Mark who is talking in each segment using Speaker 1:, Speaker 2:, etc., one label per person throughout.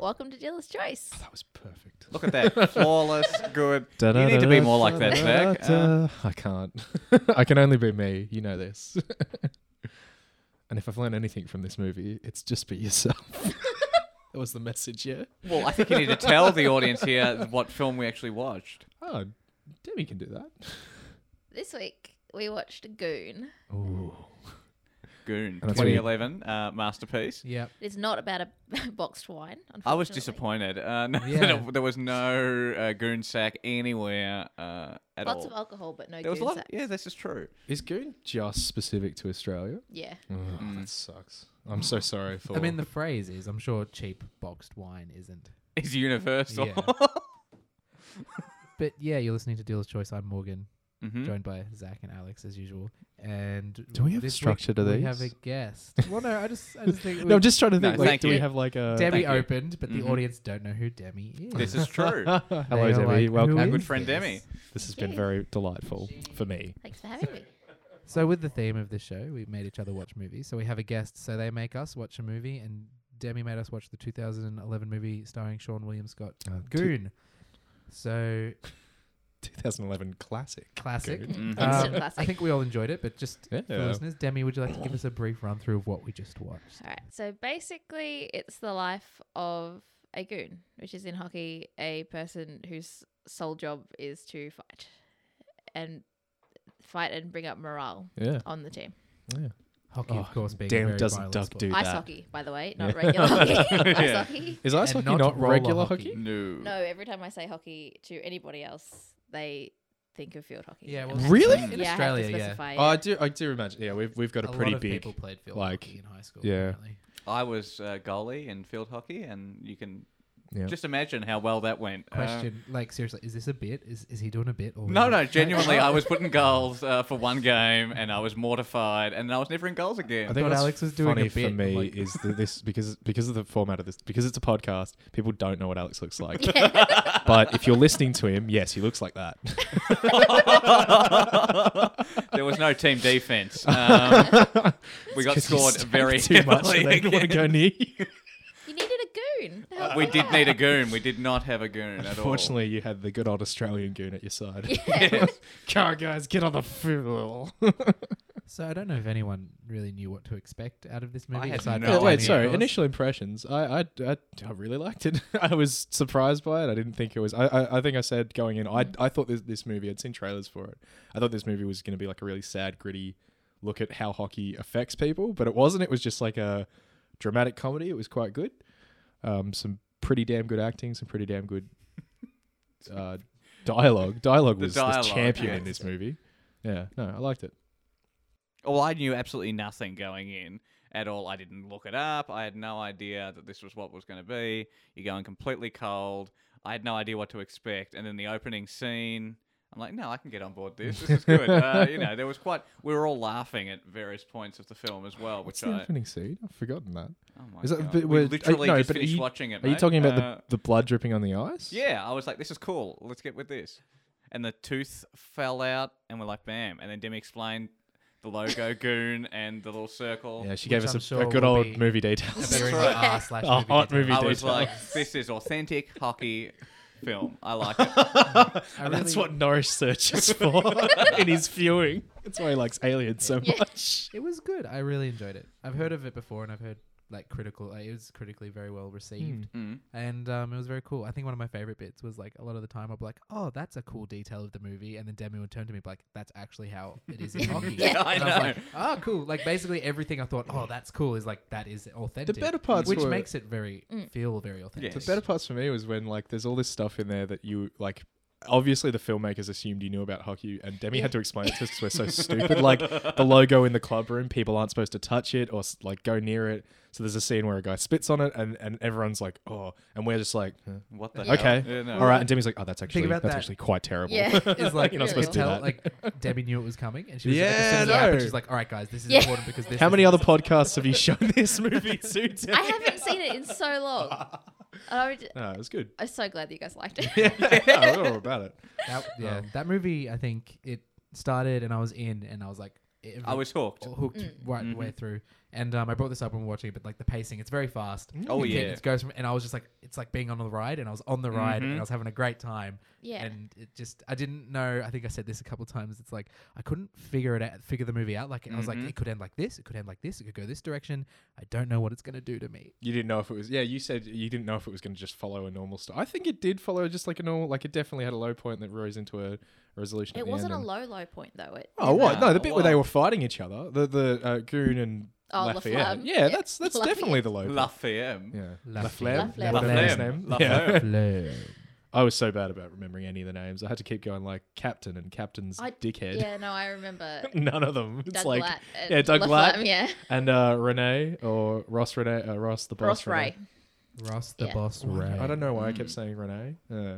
Speaker 1: Steelers choice.
Speaker 2: That was perfect.
Speaker 3: Look at that. Flawless, good. You need to be more like that, Zach. Uh,
Speaker 2: I can't. I can only be me. You know this. and if I've learned anything from this movie, it's just be yourself. that was the message, yeah?
Speaker 3: well, I think you need to tell the audience here what film we actually watched.
Speaker 2: Oh, Demi can do that.
Speaker 1: This week we watched Goon.
Speaker 2: Ooh.
Speaker 3: Goon,
Speaker 2: And that's what you-
Speaker 3: 2011, uh, masterpiece.
Speaker 2: Yep.
Speaker 1: It's not about a boxed wine.
Speaker 3: I was
Speaker 1: unfortunately.
Speaker 3: disappointed. Uh, no,
Speaker 2: Yeah.
Speaker 3: there was no uh, goon sack anywhere uh, at
Speaker 1: Lots
Speaker 3: all.
Speaker 1: of alcohol, but no
Speaker 3: there was a
Speaker 1: goon
Speaker 3: lot.
Speaker 1: sack.
Speaker 3: Yeah, this is true.
Speaker 2: Is Goon just specific to Australia?
Speaker 1: Yeah.
Speaker 2: Oh, That sucks. I'm so sorry for.
Speaker 4: I mean, the phrase is, I'm sure cheap boxed wine isn't.
Speaker 3: It's universal.
Speaker 4: Yeah. But yeah, you're listening to Dealer's Choice. I'm Morgan,
Speaker 3: Mhm.
Speaker 4: joined by Zach and Alex as usual. And
Speaker 2: Hmm? Do we have
Speaker 4: this
Speaker 2: structure
Speaker 4: week
Speaker 2: to
Speaker 4: We have a
Speaker 2: these?
Speaker 4: guest. Well, no, I just, I just think.
Speaker 2: no,
Speaker 4: we-
Speaker 2: I'm just Mm-hmm. trying to
Speaker 3: No,
Speaker 2: think. like,
Speaker 3: thank
Speaker 2: do
Speaker 3: you.
Speaker 2: we have like a
Speaker 3: Thank
Speaker 4: Demi
Speaker 3: you.
Speaker 4: opened, but
Speaker 3: Mhm.
Speaker 4: the audience don't know who Demi is.
Speaker 3: This is true. Our
Speaker 2: Hello,
Speaker 4: They are
Speaker 2: Demi.
Speaker 4: like, who
Speaker 2: Welcome.
Speaker 4: is
Speaker 2: Our good
Speaker 3: good friend
Speaker 4: this?
Speaker 3: Demi.
Speaker 2: This has been
Speaker 1: Yeah.
Speaker 2: very delightful for me.
Speaker 1: Thanks for having me.
Speaker 4: So, with the theme of this show, we made each other watch movies. So, we have a guest, so they make us watch a movie, and Demi made us watch the 2011 movie starring Sean William Scott,
Speaker 2: Uh, t-
Speaker 4: Goon. So,
Speaker 2: 2011 classic.
Speaker 4: classic.
Speaker 2: Goon.
Speaker 3: Mhm.
Speaker 1: Um, Instant
Speaker 4: Um, I
Speaker 1: classic.
Speaker 4: think we all enjoyed it, but just uh, for
Speaker 2: Yeah.
Speaker 4: listeners, Demi, would you like to give us a brief run through of what we just watched?
Speaker 1: All right. So basically, it's the life of a goon, which is in hockey a person whose sole job is to fight and fight and bring up morale
Speaker 2: Yeah.
Speaker 1: on the team.
Speaker 2: yeah.
Speaker 4: Hockey, of
Speaker 2: Oh,
Speaker 4: course, being a
Speaker 2: damn,
Speaker 4: very
Speaker 2: doesn't
Speaker 4: violent
Speaker 2: Duck
Speaker 4: sport.
Speaker 2: do
Speaker 1: Ice
Speaker 2: that.
Speaker 1: hockey, by the way, not regular hockey. Ice
Speaker 3: Yeah.
Speaker 1: hockey.
Speaker 2: Is ice
Speaker 4: And
Speaker 2: hockey
Speaker 4: not
Speaker 2: not
Speaker 4: roller
Speaker 2: regular
Speaker 4: hockey.
Speaker 2: hockey?
Speaker 3: No.
Speaker 1: No, every time I say hockey to anybody else, they think of field hockey.
Speaker 4: Yeah,
Speaker 1: And
Speaker 4: well,
Speaker 1: I- Yeah,
Speaker 2: Really?
Speaker 1: I
Speaker 4: in
Speaker 1: have to
Speaker 4: Australia, yeah.
Speaker 1: specify,
Speaker 2: Oh, I do. I do imagine. Yeah, we've we've got a,
Speaker 4: a
Speaker 2: pretty
Speaker 4: lot of
Speaker 2: big.
Speaker 4: people played field
Speaker 2: like,
Speaker 4: hockey in high school.
Speaker 2: yeah.
Speaker 4: apparently.
Speaker 3: I was uh, goalie in field hockey, and you can
Speaker 2: Yeah.
Speaker 3: just imagine how well that went. Uh,
Speaker 4: Question: Like, seriously, is this a bit? Is is he doing a bit? Or
Speaker 3: no,
Speaker 4: is
Speaker 3: no,
Speaker 4: it-
Speaker 3: genuinely, I was putting goals uh, for one game, and I was mortified, and I was never in goals
Speaker 2: I
Speaker 3: again.
Speaker 2: think
Speaker 4: thought
Speaker 2: what's
Speaker 4: Alex was doing a
Speaker 2: funny
Speaker 4: bit,
Speaker 2: for me
Speaker 4: like-
Speaker 2: is that this because because of the format of this because it's a podcast. People don't know what Alex looks like, but if you're listening to him, yes, he looks like that.
Speaker 3: there was no team defense. Um, we got
Speaker 2: 'Cause he
Speaker 3: scored
Speaker 2: stank
Speaker 3: very
Speaker 2: too much.
Speaker 3: heavily
Speaker 2: and They didn't want to
Speaker 3: again.
Speaker 2: go near. You.
Speaker 1: You needed a goon. to help
Speaker 3: We
Speaker 1: you
Speaker 3: did
Speaker 1: out.
Speaker 3: need a goon. We did not have a goon at all.
Speaker 2: Unfortunately, you had the good old Australian goon at your side.
Speaker 3: Yes.
Speaker 2: Come on, guys, get on the field.
Speaker 4: So I don't know if anyone really knew what to expect out of this movie.
Speaker 3: had
Speaker 4: aside
Speaker 3: no
Speaker 4: from
Speaker 3: idea.
Speaker 2: Oh, wait,
Speaker 4: Demi, of
Speaker 2: sorry.
Speaker 4: course.
Speaker 2: Initial impressions. I, I, I, I really liked it. I was surprised by it. I didn't think it was. I, I, I think I said going in. I, I thought this, this movie. I'd seen trailers for it. I thought this movie was going to be like a really sad, gritty look at how hockey affects people, but it wasn't. It was just like a dramatic comedy. It was quite good. Um, some pretty damn good acting. Some pretty damn good uh, dialogue. Dialogue
Speaker 3: The
Speaker 2: was
Speaker 3: dialogue,
Speaker 2: the champion in
Speaker 3: yes.
Speaker 2: this movie. Yeah. No, I liked it.
Speaker 3: Well, I knew absolutely nothing going in at all. I didn't look it up. I had no idea that this was what was going to be. You're going completely cold. I had no idea what to expect. And then the opening scene, I'm like, no, I can get on board this. This is good. uh, you know, there was quite. We were all laughing at various points of the film as well,
Speaker 2: What's
Speaker 3: which
Speaker 2: the
Speaker 3: I.
Speaker 2: opening scene? I've forgotten that.
Speaker 3: Oh my
Speaker 2: Is that-
Speaker 3: God.
Speaker 2: but
Speaker 3: we
Speaker 2: we're- uh,
Speaker 3: literally
Speaker 2: no,
Speaker 3: just
Speaker 2: but are
Speaker 3: finished
Speaker 2: you-
Speaker 3: watching it.
Speaker 2: Are you
Speaker 3: mate.
Speaker 2: talking about
Speaker 3: Uh,
Speaker 2: the, the blood dripping on the ice?
Speaker 3: Yeah, I was like, this is cool. Let's get with this. And the tooth fell out, and we're like, bam. And then Demi explained the logo goon and the little circle.
Speaker 2: Yeah, she
Speaker 4: Which
Speaker 2: gave us
Speaker 4: I'm
Speaker 2: a,
Speaker 4: sure
Speaker 2: a good
Speaker 4: will
Speaker 2: old
Speaker 4: be-
Speaker 2: movie
Speaker 4: A
Speaker 2: details.
Speaker 4: bit in
Speaker 3: right.
Speaker 4: the R slash
Speaker 2: A
Speaker 4: movie
Speaker 2: hot
Speaker 4: detail.
Speaker 2: movie
Speaker 3: I was
Speaker 2: detail.
Speaker 3: like, this is authentic hockey film. I like it.
Speaker 4: I
Speaker 2: That's
Speaker 4: really-
Speaker 2: what Norris searches for in his viewing. That's why he likes aliens so
Speaker 1: Yeah.
Speaker 2: much.
Speaker 4: It was good. I really enjoyed it. I've heard of it before, and I've heard like critical. Like, it was critically very well
Speaker 2: Hmm.
Speaker 4: received,
Speaker 3: Mm.
Speaker 4: and um, it was very cool. I think one of my favorite bits was like a lot of the time I'd be like, "Oh, that's a cool detail of the movie," and then Demi would turn to me and be like, "That's actually how it is in hockey."
Speaker 3: Yeah, I
Speaker 4: And was like,
Speaker 3: know.
Speaker 4: oh, cool. Like basically everything I thought, "Oh, that's cool," is like that is authentic.
Speaker 2: better parts
Speaker 4: which
Speaker 2: were-
Speaker 4: makes it very feel very authentic.
Speaker 2: The
Speaker 3: Mm. Yes.
Speaker 2: better parts for me was when like there's all this stuff in there that you like. Obviously, the filmmakers assumed you knew about hockey, and Demi had to explain it to us because we're so stupid. Like the logo in the club room, people aren't supposed to touch it or s- like go near it. So there's a scene where a guy spits on it, and and everyone's like, "Oh," and we're just like, huh.
Speaker 3: What the
Speaker 2: Okay.
Speaker 3: hell? Yeah, no.
Speaker 2: All right. And Demi's like, oh, that's actually
Speaker 4: about
Speaker 2: that's
Speaker 4: that.
Speaker 2: actually quite terrible.
Speaker 1: Um, Yeah.
Speaker 4: Is like
Speaker 2: You're
Speaker 4: you
Speaker 2: not
Speaker 4: know,
Speaker 2: supposed to do
Speaker 4: tell,
Speaker 2: that.
Speaker 4: like Debbie knew it was coming, and she was like,
Speaker 2: Yeah,
Speaker 4: as soon as it happened,
Speaker 2: no.
Speaker 4: she's like, "All right, guys, this is
Speaker 1: Yeah.
Speaker 4: important because this."
Speaker 2: How
Speaker 4: is
Speaker 2: many other podcasts have you shown this movie to? Demi?
Speaker 1: I haven't seen it in so long. And I would-
Speaker 2: No, it was good.
Speaker 1: I'm so glad that you guys liked it.
Speaker 2: Yeah, I don't know about it.
Speaker 4: That, yeah,
Speaker 2: Oh.
Speaker 4: that movie. I think it started, and I was in, and I was like, it-
Speaker 3: I was hooked. Mm-hmm.
Speaker 4: hooked right the way through. And um, I brought this up when we were watching it, but like the pacing, it's very fast.
Speaker 3: Oh,
Speaker 4: It can-
Speaker 3: yeah.
Speaker 4: it goes from, and I was just like, it's like being on the ride, and I was on the ride,
Speaker 3: Mhm.
Speaker 4: and I was having a great time.
Speaker 1: Yeah.
Speaker 4: And it just, I didn't know. I think I said this a couple of times. It's like I couldn't figure it out, figure the movie out. Like I was like,
Speaker 3: Mhm.
Speaker 4: it could end like this, it could end like this, it could go this direction. I don't know what it's gonna do to me.
Speaker 2: You didn't know if it was. Yeah, you said you didn't know if it was going to just follow a normal story. I think it did follow just like a normal. Like it definitely had a low point that rose into a resolution. at
Speaker 1: it
Speaker 2: the
Speaker 1: wasn't
Speaker 2: end
Speaker 1: a
Speaker 2: and-
Speaker 1: low low point though. It
Speaker 2: Oh what? No, the
Speaker 3: Ah,
Speaker 2: bit where they
Speaker 3: wow.
Speaker 2: were fighting each other, the the uh, Goon and
Speaker 1: Oh, La
Speaker 2: Lafayette.
Speaker 1: Flamme.
Speaker 2: yeah,
Speaker 1: Yeah,
Speaker 2: that's that's
Speaker 1: Lafayette.
Speaker 2: definitely the low.
Speaker 3: La
Speaker 2: point.
Speaker 3: Femme.
Speaker 2: yeah,
Speaker 4: La
Speaker 2: La Flamme.
Speaker 1: Flamme.
Speaker 2: Whatever his
Speaker 3: Laflamme.
Speaker 2: name.
Speaker 3: La
Speaker 2: Yeah.
Speaker 3: Flamme.
Speaker 2: I was so bad about remembering any of the names. I had to keep going like Captain and Captain's
Speaker 1: I-
Speaker 2: dickhead.
Speaker 1: Yeah, no, I remember.
Speaker 2: None of them. It's
Speaker 1: Doug
Speaker 2: like
Speaker 1: Blatt and
Speaker 2: yeah, Doug
Speaker 1: La
Speaker 2: Blatt.
Speaker 1: Flamme, yeah.
Speaker 2: and uh, Renee or Ross Renee uh, Ross the
Speaker 1: Ross
Speaker 2: boss.
Speaker 1: Ray.
Speaker 4: Ross the
Speaker 1: Yeah.
Speaker 4: boss.
Speaker 2: Renee.
Speaker 4: Ray.
Speaker 2: I don't know why I kept
Speaker 4: Mm.
Speaker 2: saying Renee.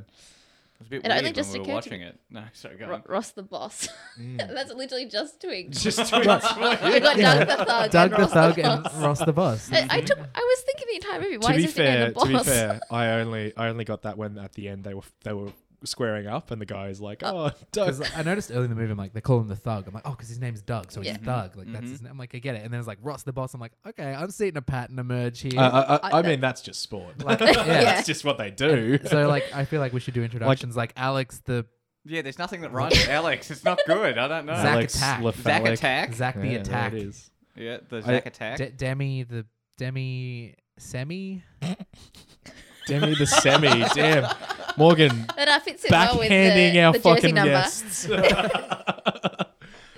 Speaker 2: Uh,
Speaker 3: It was a bit
Speaker 1: It only
Speaker 3: weird
Speaker 1: just
Speaker 3: when we were
Speaker 1: occurred to
Speaker 3: watching it. No, sorry, go
Speaker 1: Ro-
Speaker 3: on.
Speaker 1: Ross the boss. That's literally just twigs.
Speaker 2: just
Speaker 1: We got
Speaker 4: Yeah.
Speaker 1: Doug the thug.
Speaker 4: Doug
Speaker 1: and
Speaker 4: the
Speaker 1: Ross
Speaker 4: thug and
Speaker 1: boss.
Speaker 4: Ross the boss.
Speaker 1: I, I took. I was thinking the entire movie. Why
Speaker 2: to be
Speaker 1: is this fair,
Speaker 2: fair,
Speaker 1: the boss?
Speaker 2: to be fair, I only I only got that when at the end they were they were squaring up and the guy is
Speaker 1: Uh,
Speaker 2: like, oh, Doug.
Speaker 4: Because I noticed early in the movie, I'm like, they call him the thug. I'm like, oh, because his name's Doug, so
Speaker 1: Yeah. Mm-hmm.
Speaker 4: he's Thug. Like that's his name. I'm like, I get it. And then it's like Ross the boss. I'm like, okay, I'm seeing a pattern emerge here.
Speaker 2: Uh, I, I, I
Speaker 1: I-
Speaker 2: mean, that's just sport.
Speaker 4: Like, yeah.
Speaker 2: that's just what they do.
Speaker 4: so like, I feel like we should do introductions like, Alex the
Speaker 3: Yeah, there's nothing that rhymes with Alex. It's not good. I don't know.
Speaker 4: Zack Attack.
Speaker 3: Zack
Speaker 2: Lafalec.
Speaker 3: Attack.
Speaker 4: Zach the
Speaker 2: Yeah, there
Speaker 4: attack,
Speaker 2: It is.
Speaker 3: Yeah, the
Speaker 2: I-
Speaker 3: Zack Attack.
Speaker 4: De- Demi the Demi semi.
Speaker 2: Demi the semi. Damn, Morgan
Speaker 1: But I fits it well Oh, with
Speaker 2: backhanding
Speaker 1: the,
Speaker 2: our
Speaker 1: the jersey
Speaker 2: fucking
Speaker 1: number.
Speaker 2: guests.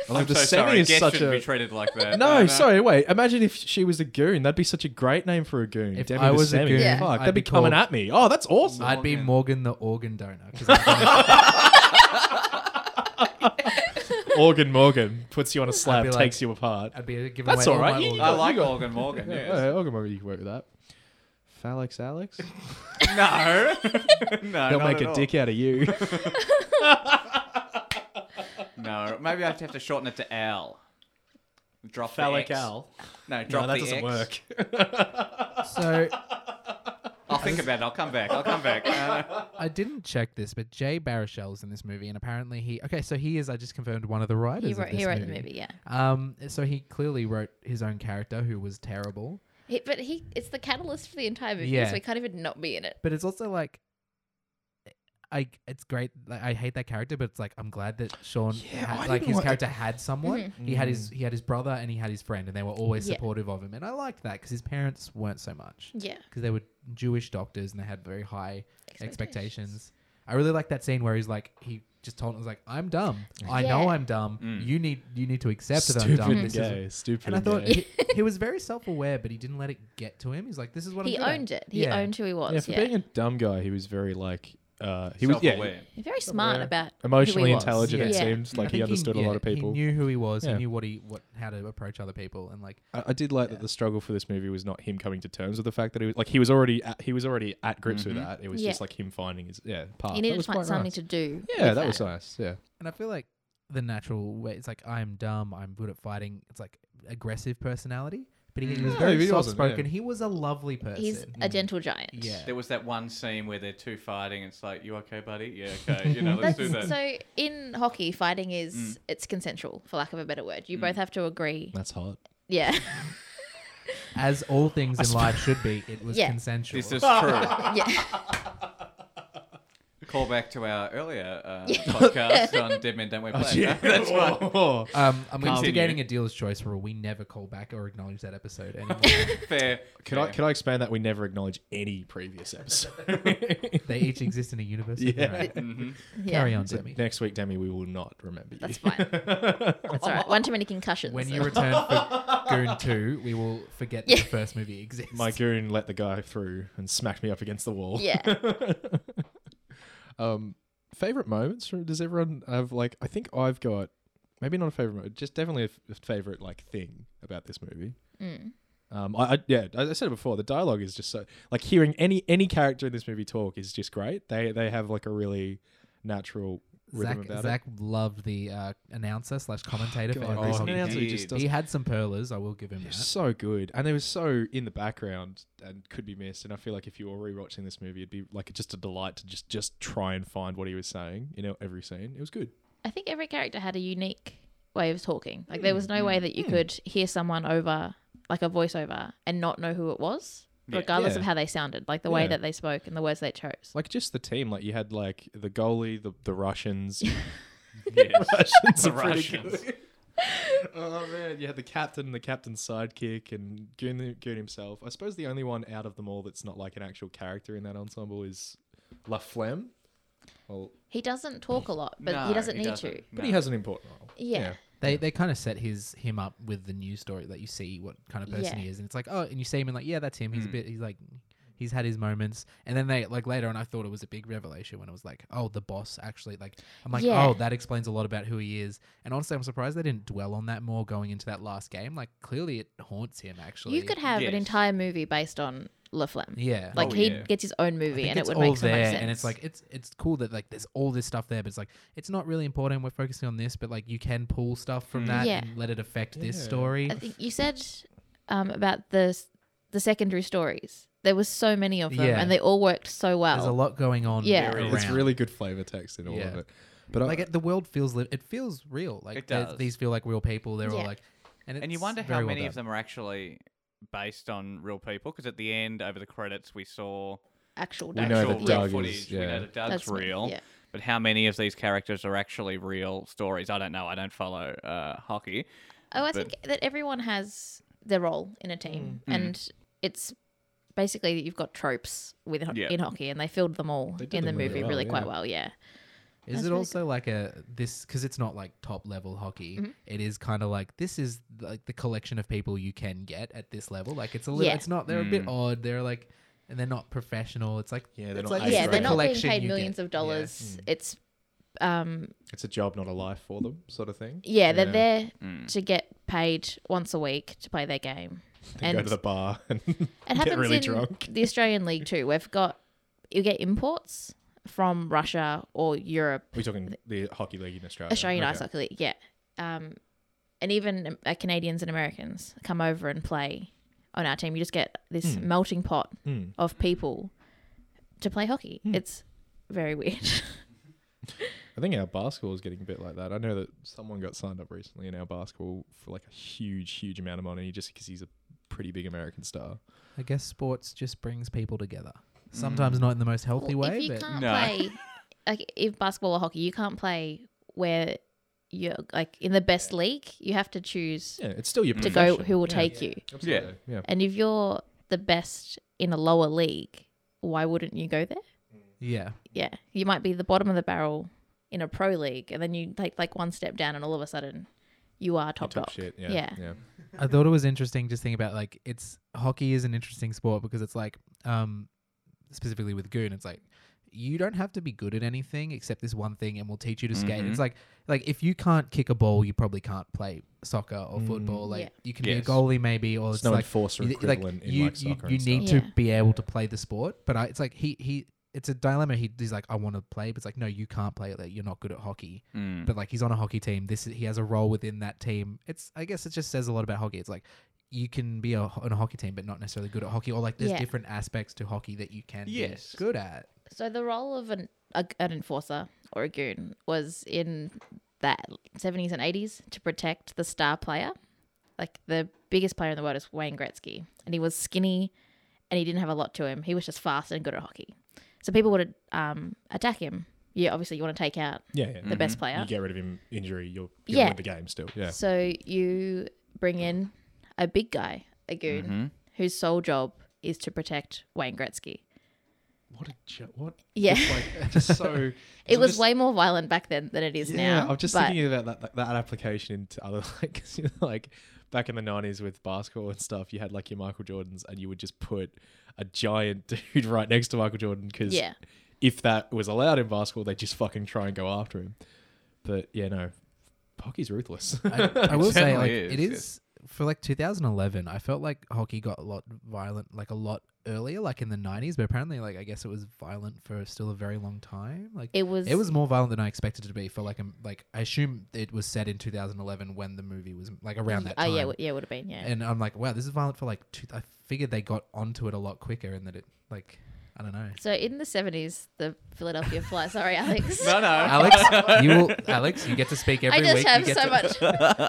Speaker 3: I'm
Speaker 2: the semi
Speaker 3: so sorry.
Speaker 2: is
Speaker 3: Guests
Speaker 2: such
Speaker 3: shouldn't
Speaker 2: a-
Speaker 3: be treated like that.
Speaker 2: No, sorry, wait. Imagine if she was a goon. That'd be such a great name for a goon.
Speaker 4: If
Speaker 2: Demi
Speaker 4: I
Speaker 2: the
Speaker 4: was a
Speaker 2: Semi.
Speaker 4: goon,
Speaker 1: Yeah.
Speaker 2: Fuck,
Speaker 4: I'd
Speaker 2: they'd be,
Speaker 4: be
Speaker 2: coming
Speaker 4: called-
Speaker 2: at me. Oh, that's awesome.
Speaker 4: I'd be
Speaker 3: Morgan.
Speaker 4: Morgan the organ donor. 'cause I'm gonna-
Speaker 2: Organ Morgan puts you on a slab,
Speaker 4: be like-
Speaker 2: takes you apart.
Speaker 4: I'd be giving
Speaker 2: That's
Speaker 4: away
Speaker 2: all
Speaker 4: all
Speaker 2: right.
Speaker 4: my
Speaker 2: You-
Speaker 4: organs.
Speaker 3: I like Morgan Morgan.
Speaker 2: Yeah,
Speaker 3: Yes.
Speaker 2: yeah, Organ Morgan, you can work with that. Phalanx Alex?
Speaker 3: No, no.
Speaker 2: He'll
Speaker 3: not
Speaker 2: make
Speaker 3: at
Speaker 2: a
Speaker 3: all.
Speaker 2: dick out of you.
Speaker 3: No, maybe I have to have to shorten it to Al. Drop the
Speaker 2: Phallic
Speaker 3: X.
Speaker 2: Al.
Speaker 3: No, drop
Speaker 2: No, that
Speaker 3: the
Speaker 2: doesn't
Speaker 3: X.
Speaker 2: work.
Speaker 4: So
Speaker 3: I'll think about it. I'll come back. I'll come back. Uh,
Speaker 4: I didn't check this, but Jay Baruchel's in this movie, and apparently he. Okay, so he is. I just confirmed one of the writers.
Speaker 1: He
Speaker 4: of
Speaker 1: wrote,
Speaker 4: this
Speaker 1: he wrote the movie, yeah.
Speaker 4: Um, so he clearly wrote his own character, who was terrible.
Speaker 1: He, but he, it's the catalyst for the entire movie,
Speaker 4: Yeah.
Speaker 1: so he can't even not be in it.
Speaker 4: But it's also like, I it's great. Like, I hate that character, but it's like I'm glad that Sean,
Speaker 2: Yeah, I
Speaker 4: had, like
Speaker 2: didn't
Speaker 4: his
Speaker 2: like-
Speaker 4: character had someone. He had his he had his brother and he had his friend, and they were always
Speaker 1: Yeah.
Speaker 4: supportive of him. And I liked that because his parents weren't so much
Speaker 1: Yeah.
Speaker 4: because they were Jewish doctors and they had very high
Speaker 1: Expectations.
Speaker 4: expectations. I really like that scene where he's like he just told him was like I'm dumb. I know
Speaker 1: Yeah.
Speaker 4: I'm dumb.
Speaker 3: Mm.
Speaker 4: You need you need to accept that I'm
Speaker 2: Stupid
Speaker 4: dumb.
Speaker 2: and
Speaker 4: This is-
Speaker 2: gay. Stupid
Speaker 4: and I
Speaker 2: and
Speaker 4: thought
Speaker 2: gay.
Speaker 4: he, he was very self aware, but he didn't let it get to him. He's like, "This is what
Speaker 1: He
Speaker 4: I'm good at."
Speaker 1: owned it. He
Speaker 4: Yeah.
Speaker 1: owned who he
Speaker 2: Yeah,
Speaker 1: was.
Speaker 2: for
Speaker 1: Yeah.
Speaker 2: being a dumb guy, he was very like uh, he was yeah,
Speaker 3: self-aware.
Speaker 1: He's very smart
Speaker 2: Somewhere.
Speaker 1: about who he
Speaker 2: emotionally
Speaker 1: was.
Speaker 2: intelligent. It
Speaker 1: Yeah.
Speaker 2: seems
Speaker 4: I
Speaker 2: like he
Speaker 4: think
Speaker 2: understood a
Speaker 4: yeah,
Speaker 2: lot of people.
Speaker 4: He knew who he was.
Speaker 2: Yeah.
Speaker 4: He knew what he what how to approach other people, and like
Speaker 2: I, I did like that the struggle for this movie was not him coming to terms with the fact that he was like he was already at, he was already at grips with that. It was
Speaker 1: Yeah.
Speaker 2: just like him finding his yeah path.
Speaker 1: He
Speaker 2: Oh, That
Speaker 1: needed to
Speaker 2: was
Speaker 1: find
Speaker 2: quite
Speaker 1: something
Speaker 2: nice.
Speaker 1: to do.
Speaker 2: Yeah,
Speaker 1: with
Speaker 2: that was nice. Yeah,
Speaker 4: and I feel like the natural way it's like I'm dumb, I'm good at fighting. It's like aggressive personality, but he, was
Speaker 2: Mm. No,
Speaker 4: very
Speaker 2: he
Speaker 4: soft
Speaker 2: wasn't, yeah.
Speaker 4: spoken. He was a lovely person. Mm.
Speaker 1: He's
Speaker 2: Mm.
Speaker 1: a gentle giant.
Speaker 4: yeah,
Speaker 3: there was that one scene where they're two fighting. It's like, you okay, buddy? Yeah, okay. You know,
Speaker 1: That's,
Speaker 3: let's do that. Mm.
Speaker 1: so in hockey, fighting is it's consensual, for lack of a better word. You both have to agree.
Speaker 2: that's hot.
Speaker 1: Yeah,
Speaker 4: as all things in life should be. It was
Speaker 1: Yeah.
Speaker 4: consensual.
Speaker 3: This is true.
Speaker 1: yeah.
Speaker 3: Call back to our earlier uh, podcast on Dead Men Don't
Speaker 2: Oh,
Speaker 3: Wear Black.
Speaker 2: that's what.
Speaker 4: um, I'm
Speaker 3: Continue.
Speaker 4: instigating a dealer's choice rule. We never call back or acknowledge that episode anymore.
Speaker 3: Fair.
Speaker 2: Can I can I expand that? We never acknowledge any previous episode.
Speaker 4: they each exist in a universe. of their
Speaker 2: Yeah.
Speaker 4: own.
Speaker 3: hmm
Speaker 4: Carry
Speaker 1: Yeah.
Speaker 4: on, Demi.
Speaker 2: Next week, Demi, we will not remember you.
Speaker 1: That's fine. That's all right. One too many concussions.
Speaker 4: When you return for Goon 2, we will forget that
Speaker 1: Yeah.
Speaker 4: the first movie exists.
Speaker 2: My goon let the guy through and smacked me up against the wall.
Speaker 1: yeah.
Speaker 2: um, favorite moments? Or does everyone have like? I think I've got maybe not a favorite moment, just definitely a, f- a favorite like thing about this movie.
Speaker 1: Mm.
Speaker 2: Um, I, I yeah, as I said it before, the dialogue is just so like hearing any any character in this movie talk is just great. They they have like a really natural
Speaker 4: Zach,
Speaker 2: rhythm about
Speaker 4: Zach loved the uh, announcer slash commentator
Speaker 2: it.
Speaker 4: for
Speaker 2: God,
Speaker 4: every
Speaker 2: this
Speaker 3: oh,
Speaker 4: single-
Speaker 3: announcer
Speaker 2: announcer
Speaker 3: did.
Speaker 2: just
Speaker 4: He
Speaker 2: does
Speaker 4: had some pearlers, I will give him
Speaker 2: they're
Speaker 4: that.
Speaker 2: so good, and they were so in the background and could be missed. And I feel like if you were rewatching this movie, it'd be like just a delight to just just try and find what he was saying in every scene. It was good.
Speaker 1: I think
Speaker 3: Mm,
Speaker 1: every character had a unique way of talking. Like there was no way that you could hear someone over like a voiceover and not know who it was,
Speaker 3: Yeah.
Speaker 1: regardless
Speaker 2: Yeah.
Speaker 1: of how they sounded, like the way
Speaker 2: Yeah.
Speaker 1: that they spoke and the words they chose.
Speaker 2: Like just the team, like you had like the goalie, the the Russians.
Speaker 3: Yes.
Speaker 2: Russians
Speaker 3: The
Speaker 2: are pretty
Speaker 3: Russians.
Speaker 2: good. oh man, you had the captain, the captain's sidekick, and Goon, Goon himself. I suppose the only one out of them all that's not like an actual character in that ensemble is La Flemme. Well,
Speaker 1: he doesn't talk a lot, but
Speaker 3: No,
Speaker 1: he doesn't need to.
Speaker 3: doesn't.
Speaker 2: but
Speaker 3: No.
Speaker 2: he has an important role.
Speaker 1: Yeah.
Speaker 4: They they kind of set his him up with the news story that you see what kind of person
Speaker 1: Yeah.
Speaker 4: he is, and it's like oh, and you see him and like yeah, that's him. He's a bit he's like he's had his moments, and then they like later on I thought it was a big revelation when it was like oh the boss actually like I'm like
Speaker 1: Yeah.
Speaker 4: oh that explains a lot about who he is, and honestly I'm surprised they didn't dwell on that more going into that last game. Like clearly it haunts him actually.
Speaker 1: You could have
Speaker 3: Yes.
Speaker 1: an entire movie based on La Flemme.
Speaker 4: yeah
Speaker 1: Like
Speaker 3: Oh,
Speaker 1: he
Speaker 3: yeah.
Speaker 1: gets his own movie
Speaker 4: think
Speaker 1: and it
Speaker 4: it's
Speaker 1: would
Speaker 4: all
Speaker 1: make so
Speaker 4: there,
Speaker 1: much sense.
Speaker 4: and it's like it's it's cool that like there's all this stuff there, but it's like it's not really important. We're focusing on this, but like you can pull stuff from
Speaker 3: Mm.
Speaker 4: that
Speaker 1: Yeah.
Speaker 4: and let it affect this
Speaker 2: Yeah.
Speaker 4: story.
Speaker 1: I think you said um, about the s- the secondary stories. There was so many of them,
Speaker 4: Yeah.
Speaker 1: and they all worked so well.
Speaker 4: There's a lot going on.
Speaker 1: Oh. Yeah.
Speaker 3: There
Speaker 4: around.
Speaker 3: is.
Speaker 2: It's really good flavor text in all of
Speaker 4: Yeah.
Speaker 2: it. But uh,
Speaker 4: like
Speaker 2: I,
Speaker 4: it, the world feels li- it feels real. Like
Speaker 3: It
Speaker 4: there's-
Speaker 3: does.
Speaker 4: these feel like real people. They're all
Speaker 1: Yeah.
Speaker 4: like, and, it's
Speaker 3: And you wonder how
Speaker 4: very well
Speaker 3: many of
Speaker 4: done.
Speaker 3: them are actually based on real people because at the end, over the credits, we saw
Speaker 1: Actual
Speaker 2: We know
Speaker 1: dialogue.
Speaker 2: that
Speaker 3: actual real
Speaker 2: Doug is-
Speaker 3: footage. We
Speaker 2: yeah.
Speaker 3: know that Doug's
Speaker 1: That's me,
Speaker 3: real.
Speaker 1: yeah.
Speaker 3: But how many of these characters are actually real stories? I don't know. I don't follow uh, hockey.
Speaker 1: Oh, I
Speaker 3: But-
Speaker 1: think that everyone has their role in a team,
Speaker 2: Mm.
Speaker 3: Mm.
Speaker 1: and it's basically that you've got tropes with
Speaker 3: Yeah.
Speaker 1: in hockey, and they filled them all
Speaker 2: They did
Speaker 1: in the
Speaker 2: them really
Speaker 1: movie
Speaker 2: well,
Speaker 1: really
Speaker 2: yeah.
Speaker 1: quite well. Yeah,
Speaker 4: Is
Speaker 1: That's
Speaker 4: it
Speaker 1: really
Speaker 4: also like a this because it's not like top level hockey?
Speaker 1: Mm-hmm.
Speaker 4: It is kind of like this is like the collection of people you can get at this level. Like it's a little,
Speaker 1: Yeah.
Speaker 4: it's not. They're a
Speaker 3: Mm.
Speaker 4: bit odd. They're like, and they're not professional. It's like
Speaker 2: Yeah, they're
Speaker 4: it's
Speaker 2: not
Speaker 4: like,
Speaker 2: Ice
Speaker 1: yeah,
Speaker 4: this is
Speaker 1: they're not
Speaker 4: the
Speaker 1: being
Speaker 4: collection
Speaker 1: paid
Speaker 4: you
Speaker 1: millions
Speaker 4: get.
Speaker 1: of
Speaker 2: Mm.
Speaker 1: dollars. It's um,
Speaker 2: it's a job, not a life for them, sort of thing.
Speaker 1: yeah, they're
Speaker 2: Yeah.
Speaker 1: there
Speaker 3: Mm.
Speaker 1: to get paid once a week to play their game,
Speaker 2: They go to the bar and
Speaker 1: It
Speaker 2: get
Speaker 1: happens
Speaker 2: really
Speaker 1: in
Speaker 2: drunk.
Speaker 1: the Australian league too. We've got you get imports from Russia or Europe,
Speaker 2: We're talking the hockey league in Australia.
Speaker 1: Australian
Speaker 2: Okay.
Speaker 1: ice hockey league, yeah. Um, and even uh, Canadians and Americans come over and play on our team. You just get this melting pot
Speaker 2: Mm.
Speaker 1: of people to play hockey. It's very weird.
Speaker 2: I think our basketball is getting a bit like that. I know that someone got signed up recently in our basketball for like a huge, huge amount of money just because he's a pretty big American star.
Speaker 4: I guess sports just brings people together.
Speaker 3: Mm.
Speaker 4: Sometimes not in the most healthy
Speaker 1: Well,
Speaker 4: way,
Speaker 1: if you
Speaker 4: but
Speaker 1: can't
Speaker 3: No.
Speaker 1: play, like if basketball or hockey, you can't play where you're like in the best league. You have to choose
Speaker 2: Yeah, it's still your
Speaker 1: to
Speaker 2: profession.
Speaker 1: go who will take you.
Speaker 2: Absolutely. Yeah.
Speaker 1: And if you're the best in a lower league, why wouldn't you go there?
Speaker 4: yeah,
Speaker 1: Yeah. You might be the bottom of the barrel in a pro league and then you take like one step down and all of a sudden you are top,
Speaker 2: Top
Speaker 1: dog.
Speaker 2: shit. Yeah.
Speaker 1: Yeah.
Speaker 2: yeah.
Speaker 4: I thought it was interesting just thinking about like it's hockey is an interesting sport because it's like um specifically with goon it's like you don't have to be good at anything except this one thing and we'll teach you to skate.
Speaker 3: Mhm.
Speaker 2: Mm-hmm.
Speaker 4: It's like like if you can't kick a ball you probably can't play soccer or
Speaker 2: Mm.
Speaker 4: football. Like
Speaker 1: Yeah.
Speaker 4: you can
Speaker 3: Yes.
Speaker 4: be a goalie maybe or
Speaker 2: There's
Speaker 4: it's
Speaker 2: no
Speaker 4: like
Speaker 2: enforcer
Speaker 4: you- like,
Speaker 2: equivalent in
Speaker 4: you,
Speaker 2: like
Speaker 4: you,
Speaker 2: soccer
Speaker 4: you
Speaker 2: and stuff.
Speaker 4: need
Speaker 1: stuff.
Speaker 4: to be able to play the sport but I, it's like he he it's a dilemma he, he's like i want to play but it's like no you can't play it like, you're not good at hockey
Speaker 3: Mm.
Speaker 4: but like he's on a hockey team this is, he has a role within that team it's i guess it just says a lot about hockey it's like you can be a, on a hockey team but not necessarily good at hockey or like there's
Speaker 1: Yeah.
Speaker 4: different aspects to hockey that you can
Speaker 3: Yes.
Speaker 4: be good at
Speaker 1: So the role of an a, an enforcer or a goon was in that 70s and 80s to protect the star player. Like the biggest player in the world is Wayne Gretzky, and he was skinny and he didn't have a lot to him. He was just fast and good at hockey. So people would um, attack him. Yeah, obviously you want to take out
Speaker 2: Yeah. yeah.
Speaker 1: the best player.
Speaker 2: Mm-hmm. You get rid of him injury, you'll, you'll
Speaker 1: Yeah.
Speaker 2: win the game still. Yeah.
Speaker 1: So you bring in a big guy, a goon,
Speaker 4: Mm-hmm.
Speaker 1: whose sole job is to protect Wayne Gretzky.
Speaker 2: What a jo- what?
Speaker 1: Yeah.
Speaker 2: Just like just so.
Speaker 1: It
Speaker 2: I'm
Speaker 1: was
Speaker 2: just-
Speaker 1: way more violent back then than it is
Speaker 2: Yeah,
Speaker 1: now.
Speaker 2: I'm just
Speaker 1: but-
Speaker 2: thinking about that, that that application into other like 'cause, you know, like back in the '90s with basketball and stuff, you had like your Michael Jordans, and you would just put a giant dude right next to Michael Jordan because
Speaker 1: Yeah.
Speaker 2: if that was allowed in basketball, they would just fucking try and go after him. But yeah, no, hockey's ruthless.
Speaker 4: I, I will say, like,
Speaker 3: Certainly is,
Speaker 4: it
Speaker 3: yes.
Speaker 4: is for like 2011. I felt like hockey got a lot violent, like a lot earlier, like in the 90s. But apparently, like, I guess it was violent for still a very long time. Like,
Speaker 1: It was-
Speaker 4: it was more violent than I expected it to be for like, um, like I assume it was set in 2011 when the movie was like around that
Speaker 1: Oh
Speaker 4: time.
Speaker 1: yeah, w- yeah, would have been yeah.
Speaker 4: And I'm like, wow, this is violent for like. Two, I figured they got onto it a lot quicker, and that it like, I don't know.
Speaker 1: so in the seventies, the Philadelphia Flyers. Sorry, Alex.
Speaker 3: No, no.
Speaker 4: Alex, you will, Alex, you get to speak every
Speaker 1: I just
Speaker 4: week.
Speaker 1: have
Speaker 4: you get
Speaker 1: so
Speaker 4: to,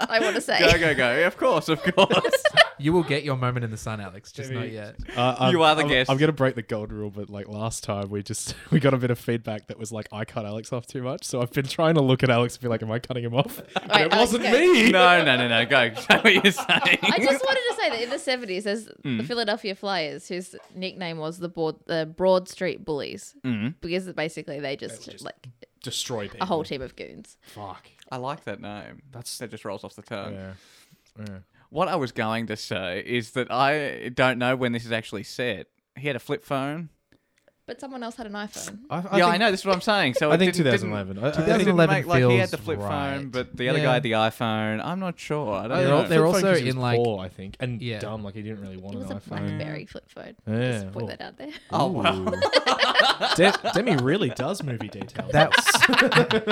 Speaker 1: much I want to say.
Speaker 3: go, go, go. Yeah, of course, of course.
Speaker 4: You will get your moment in the sun, Alex. Just not
Speaker 2: Maybe-
Speaker 4: yet.
Speaker 2: Uh, I'm-
Speaker 3: You are the
Speaker 2: I'm,
Speaker 3: guest.
Speaker 2: I'm gonna break the gold rule, but like last time, we just we got a bit of feedback that was like, I cut Alex off too much. So I've been trying to look at Alex and be like, Am I cutting him off? And
Speaker 1: Alright,
Speaker 2: it
Speaker 1: Alex,
Speaker 2: wasn't
Speaker 1: go.
Speaker 2: me.
Speaker 3: No, no, no, no. Go. Say what you're
Speaker 1: I
Speaker 3: saying.
Speaker 1: just wanted to say that in the seventies, there's
Speaker 4: Hmm.
Speaker 1: the Philadelphia Flyers, whose nickname was the broad, the Broad Street Bullies,
Speaker 3: Mm.
Speaker 1: because basically they just,
Speaker 2: just-
Speaker 1: like
Speaker 2: Destroy people.
Speaker 1: a whole team of goons.
Speaker 2: Fuck.
Speaker 3: I like that name. That's that just rolls off the
Speaker 1: Um,
Speaker 3: tongue.
Speaker 2: Yeah. Yeah.
Speaker 3: What I was going to say is that I don't know when this is actually set. He had a flip phone.
Speaker 1: But someone else had an iPhone.
Speaker 2: I, I
Speaker 3: yeah,
Speaker 2: think-
Speaker 3: I know. This is what I'm saying. So
Speaker 2: I
Speaker 3: it
Speaker 2: think
Speaker 3: didn't- didn't-
Speaker 2: 2011. I- I- I think-
Speaker 4: 2011
Speaker 3: didn't make- like he had
Speaker 4: feels
Speaker 3: the flip phone,
Speaker 4: right.
Speaker 3: but the other
Speaker 4: Yeah.
Speaker 3: guy had the iPhone. I'm not sure. I don't
Speaker 4: They're
Speaker 3: know.
Speaker 4: all- they're
Speaker 2: Flip phone
Speaker 4: also
Speaker 2: 'cause he was
Speaker 4: in, like-
Speaker 2: poor, I think, and
Speaker 4: Yeah.
Speaker 2: dumb. Like he didn't really want
Speaker 1: It was
Speaker 2: an
Speaker 1: a
Speaker 2: iPhone.
Speaker 1: BlackBerry flip phone.
Speaker 2: Yeah,
Speaker 1: Just point
Speaker 2: oh.
Speaker 1: that out there.
Speaker 3: Oh, wow.
Speaker 2: De- Demi really does movie detail.
Speaker 4: That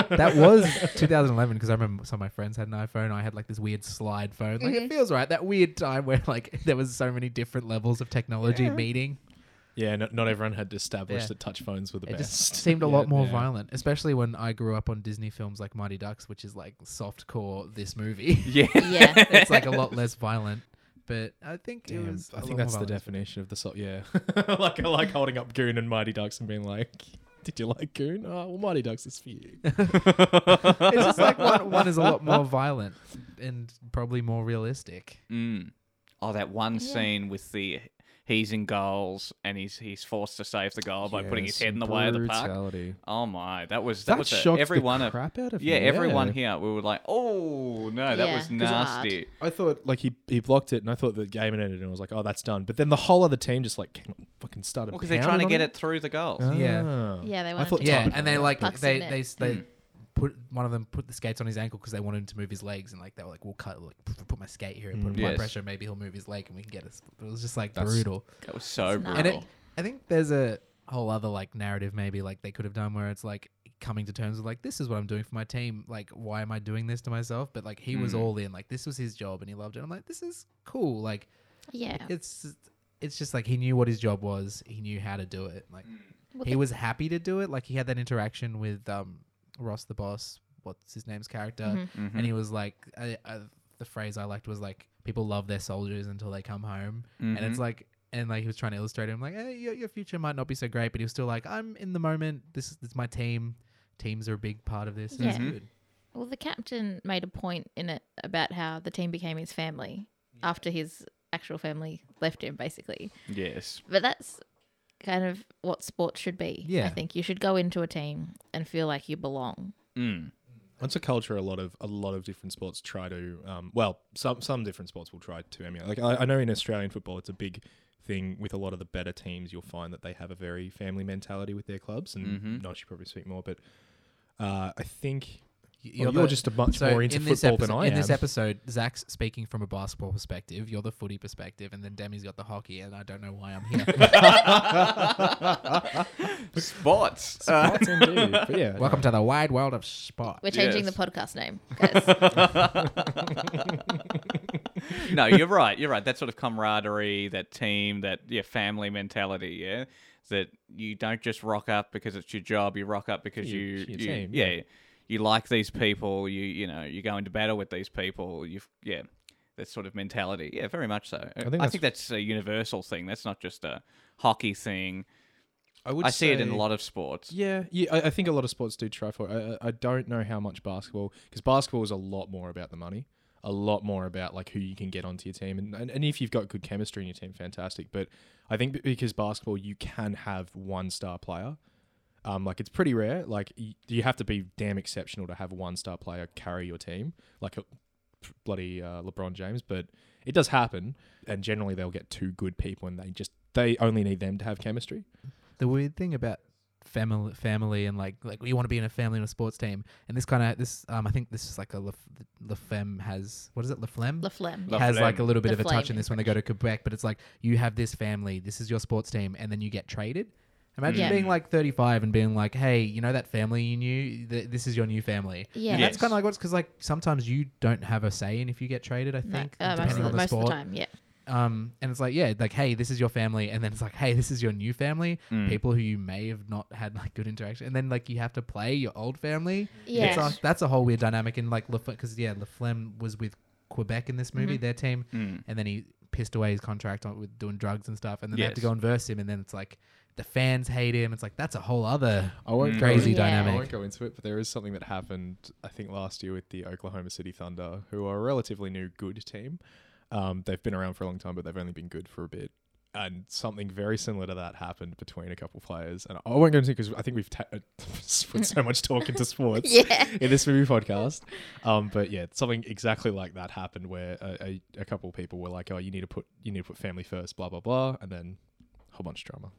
Speaker 4: that was 2011 because I remember some of my friends had an iPhone. I had like this weird slide phone. Like
Speaker 1: Mm-hmm.
Speaker 4: it feels right. That weird time where like there was so many different levels of technology meeting.
Speaker 2: yeah, not, not everyone had established
Speaker 4: Yeah.
Speaker 2: that touch phones were the
Speaker 4: It
Speaker 2: best.
Speaker 4: just seemed a
Speaker 2: Yeah,
Speaker 4: lot more
Speaker 2: yeah.
Speaker 4: violent, especially when I grew up on Disney films like Mighty Ducks, which is like soft core. This movie,
Speaker 3: yeah.
Speaker 1: yeah.
Speaker 4: it's like a lot less violent. But I think it
Speaker 2: Damn,
Speaker 4: was. a
Speaker 2: I
Speaker 4: lot
Speaker 2: think
Speaker 4: more
Speaker 2: that's the
Speaker 4: violent.
Speaker 2: definition of the song. Yeah, like I like holding up Goon and Mighty Ducks and being like, "Did you like Goon? Oh, well, Mighty Ducks is for you."
Speaker 4: It's just like one, one is a lot more violent and probably more realistic.
Speaker 3: Mm. Oh, that one
Speaker 1: Yeah.
Speaker 3: scene with the he's in goals and he's he's forced to save the goal by putting his
Speaker 2: Yes,
Speaker 3: head in the way of the puck.
Speaker 2: brutality.
Speaker 3: Oh my, that was that,
Speaker 2: That,
Speaker 3: was a-
Speaker 2: shocked
Speaker 3: every
Speaker 2: the
Speaker 3: one of
Speaker 2: crap out of
Speaker 3: yeah,
Speaker 2: me,
Speaker 3: everyone here we were like, oh no, that
Speaker 1: Yeah.
Speaker 3: was
Speaker 1: It was hard.
Speaker 3: nasty.
Speaker 2: I thought like he he blocked it, and I thought the game had ended, and I was like, "Oh, that's done." But then the whole other team just like came and fucking started.
Speaker 3: Well, because they're trying to get
Speaker 2: pounding
Speaker 3: it through the goal.
Speaker 2: on
Speaker 4: Yeah.
Speaker 2: Ah.
Speaker 1: Yeah, they
Speaker 2: I
Speaker 1: wanted
Speaker 2: thought
Speaker 1: to-
Speaker 4: Yeah,
Speaker 2: Tom- Hmm.
Speaker 4: and they like
Speaker 1: Pucks
Speaker 4: they
Speaker 1: in it.
Speaker 4: they they put one of them put the skates on his ankle because they wanted him to move his legs, and like they were like, "We'll cut, like, p- put my skate here and put
Speaker 2: Mm.
Speaker 4: him high
Speaker 3: Yes.
Speaker 4: pressure. Maybe he'll move his leg, and we can get us." It was just like
Speaker 2: That's-
Speaker 4: brutal.
Speaker 3: That was so
Speaker 1: It's not-
Speaker 3: brutal.
Speaker 4: And it, I think there's a whole other like narrative maybe like they could have done where it's like coming to terms with like this is what I'm doing for my team. Like why am I doing this to myself? But like he was
Speaker 1: Hmm.
Speaker 3: Mm.
Speaker 4: all in. Like this was his job, and he loved it. I'm like, this is cool. Like
Speaker 1: yeah.
Speaker 4: it's it's just like he knew what his job was. He knew how to do it. Like.
Speaker 1: Well,
Speaker 4: he
Speaker 1: the-
Speaker 4: was happy to do it. Like he had that interaction with um, Ross the boss, what's his name's character,
Speaker 1: Mm-hmm.
Speaker 3: Mhm.
Speaker 4: and he was like, I, I, the phrase I liked was like, people love their soldiers until they come home, and it's
Speaker 2: Mm-hmm.
Speaker 3: Mhm.
Speaker 4: like, and like he was trying to illustrate him, like, eh, your, your future might not be so great, but he was still like, I'm in the moment. This is, this is my team. Teams are a big part of this. and it's
Speaker 1: Yeah.
Speaker 4: good.
Speaker 1: well, the captain made a point in it about how the team became his family after his actual family left him, basically.
Speaker 3: Mm-hmm. yes.
Speaker 1: But that's kind of what sports should be. I
Speaker 4: Yeah.
Speaker 1: think you should go into a team and feel like you belong.
Speaker 3: Mm.
Speaker 2: Ah. Once a culture, a lot of a lot of different sports try to. Um, well, some some different sports will try to emulate. Like I, I know in Australian football, it's a big thing with a lot of the better teams. You'll find that they have a very family mentality with their clubs, and
Speaker 3: Mhm.
Speaker 2: Nige should probably speak more. But uh, I think
Speaker 4: Y-
Speaker 2: well, you're
Speaker 4: the-
Speaker 2: just a much
Speaker 4: so
Speaker 2: more into
Speaker 4: in this
Speaker 2: football than
Speaker 4: episode-
Speaker 2: I
Speaker 4: in
Speaker 2: am.
Speaker 4: this episode, Zach's speaking from a basketball perspective. You're the footy perspective, and then Demi's got the hockey, and I don't know why I'm here.
Speaker 3: Spots. Uh,
Speaker 2: That's indeed. But yeah,
Speaker 4: Welcome to the wide world of sport.
Speaker 1: We're changing
Speaker 3: Yes.
Speaker 1: the podcast name, guys.
Speaker 3: no, you're right. You're right. That sort of camaraderie, that team, that yeah, family mentality. Yeah, that you don't just rock up because it's your job. You rock up because
Speaker 2: You-
Speaker 3: you,
Speaker 2: it's your
Speaker 3: you-
Speaker 2: team,
Speaker 3: yeah, you like these people. You you know you go into battle with these people. You've yeah. That sort of mentality, yeah, very much so. I
Speaker 2: think
Speaker 3: think, I
Speaker 2: that's-
Speaker 3: think that's a universal thing. That's not just a hockey thing.
Speaker 2: would
Speaker 3: I see it in a
Speaker 2: say-
Speaker 3: lot of sports.
Speaker 2: Yeah, yeah. I, I think a lot of sports do try for it. I, I don't know how much basketball because basketball is a lot more about the money, a lot more about like who you can get onto your team, and and, and if you've got good chemistry in your team, fantastic. But I think b- because basketball, you can have one star player. Um, like it's pretty rare. Like you, you have to be damn exceptional to have one star player carry your team, like a bloody uh, LeBron James. But it does happen, and generally they'll get two good people, and they just they only need them to have chemistry.
Speaker 4: The weird thing about family, family, and like like we want to be in a family and a sports team, and this kind of this um I think this is like a Lefem has what is it Leflem
Speaker 1: La Flemme.
Speaker 3: La-
Speaker 4: has like a
Speaker 3: Flemme.
Speaker 4: little bit
Speaker 1: The
Speaker 4: of a touch
Speaker 1: Flame
Speaker 4: in
Speaker 1: in
Speaker 4: this when they go to Quebec, but it's like you have this family, this is your sports team, and then you get traded. Imagine
Speaker 1: Yeah.
Speaker 4: being like 35 and being like, hey, you know that family you knew? Th- this is your new family.
Speaker 1: Yeah.
Speaker 4: And that's
Speaker 3: Yes.
Speaker 4: kind of like what's because like sometimes you don't have a say in if you get traded, I
Speaker 1: No,
Speaker 4: think,
Speaker 1: uh, most,
Speaker 4: depending
Speaker 1: of the,
Speaker 4: on the
Speaker 1: most of
Speaker 4: sport.
Speaker 1: the time, yeah.
Speaker 4: Um, and it's like, yeah, like, hey, this is your family, and then it's like, hey, this is your new family, people who you may have not had like good interaction, and then like you have to play your old family.
Speaker 1: Yes.
Speaker 4: it's like, that's a whole weird
Speaker 3: Mm.
Speaker 4: dynamic. And like, because yeah, Leflem was with Quebec in this movie, their team, and then he pissed away his contract on, with doing drugs and stuff, and then they have to
Speaker 3: Yes.
Speaker 4: go and verse him, and then it's like the fans hate him. It's like that's a whole other.
Speaker 2: I won't
Speaker 3: Mm.
Speaker 2: go
Speaker 4: Crazy
Speaker 2: into-
Speaker 4: dynamic.
Speaker 2: I won't go into it, but there is something that happened, I think, last year with the Oklahoma City Thunder, who are a relatively new good team. Um, they've been around for a long time, but they've only been good for a bit. And something very similar to that happened between a couple players. And I won't go into it because I think we've ta- put so much talk into sports
Speaker 1: Yeah.
Speaker 2: in this movie podcast. Um, but yeah, something exactly like that happened where a, a, a couple people were like, "Oh, you need to put you need to put family first, blah blah blah," and then a whole bunch of drama.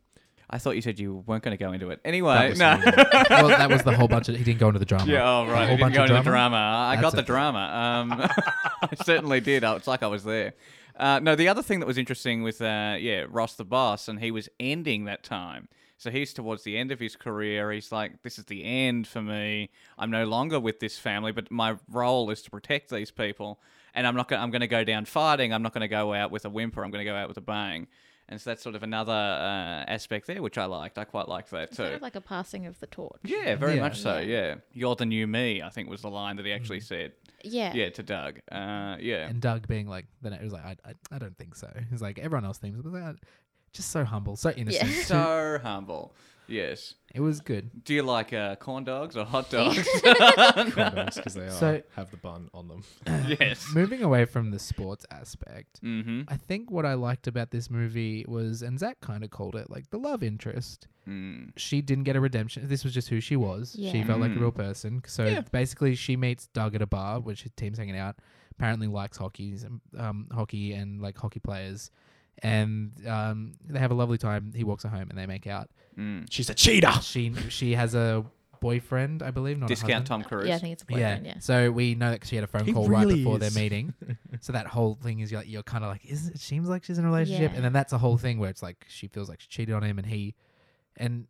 Speaker 3: I thought you said you weren't going to go into it.
Speaker 2: That
Speaker 3: Anyway,
Speaker 2: was
Speaker 3: no.
Speaker 2: the movie.
Speaker 4: well, that was the whole bunch of. He didn't go into the drama.
Speaker 3: Yeah, oh, right.
Speaker 4: A
Speaker 3: I
Speaker 4: whole
Speaker 3: didn't
Speaker 4: bunch
Speaker 3: go
Speaker 4: of
Speaker 3: to the
Speaker 4: drama?
Speaker 3: drama. I
Speaker 4: That's
Speaker 3: got the
Speaker 4: it.
Speaker 3: drama. Um, I certainly did. I- It's like I was there. Uh, no, the other thing that was interesting with, uh, yeah, Ross the Boss, and he was ending that time. So he's towards the end of his career. He's like, this is the end for me. I'm no longer with this family, but my role is to protect these people. And I'm not. Gonna, I'm going to go down fighting. I'm not going to go out with a whimper. I'm going to go out with a bang. And so that's sort of another uh, aspect there, which I liked. I quite liked that too.
Speaker 1: Sort of like a passing of the torch.
Speaker 3: Yeah, very
Speaker 4: Yeah. Mm-hmm.
Speaker 3: much so. Yeah, you're the new me. I think was the line that he actually said.
Speaker 1: Yeah.
Speaker 3: Yeah, to Doug. Uh, yeah,
Speaker 4: And Doug being like, then it was like, I, I, I don't think so. He's like, everyone else thinks, but like, I- just so humble, so innocent.
Speaker 3: so humble. Yes.
Speaker 4: It was good.
Speaker 3: Do you like uh, corn dogs or hot dogs?
Speaker 2: because they are,
Speaker 4: So-
Speaker 2: have the bun on them.
Speaker 3: yes.
Speaker 4: Moving away from the sports aspect,
Speaker 3: Mm-hmm.
Speaker 4: I think what I liked about this movie was, and Zach kind of called it like the love interest.
Speaker 3: Mm.
Speaker 4: She didn't get a redemption. This was just who she was. She
Speaker 1: Yeah.
Speaker 4: felt like a
Speaker 3: Mm.
Speaker 4: real person. So
Speaker 2: Yeah.
Speaker 4: basically, she meets Doug at a bar, which his team's hanging out. Apparently, likes hockey, um, hockey and like hockey players, and um, they have a lovely time. He walks her home, and they make out.
Speaker 3: Mm.
Speaker 2: She's a cheater.
Speaker 4: she she has a boyfriend, I believe. Not
Speaker 3: Discount
Speaker 4: a husband.
Speaker 3: Tom Cruise.
Speaker 1: Yeah, I think it's a boyfriend, yeah.
Speaker 4: So we know that 'cause she had a phone
Speaker 2: He
Speaker 4: call right
Speaker 2: really
Speaker 4: before
Speaker 2: is.
Speaker 4: their meeting. so that whole thing is you're, like, you're kind of like, is it seems like she's in a relationship,
Speaker 1: Yeah.
Speaker 4: and then that's a whole thing where it's like she feels like she cheated on him, and he, and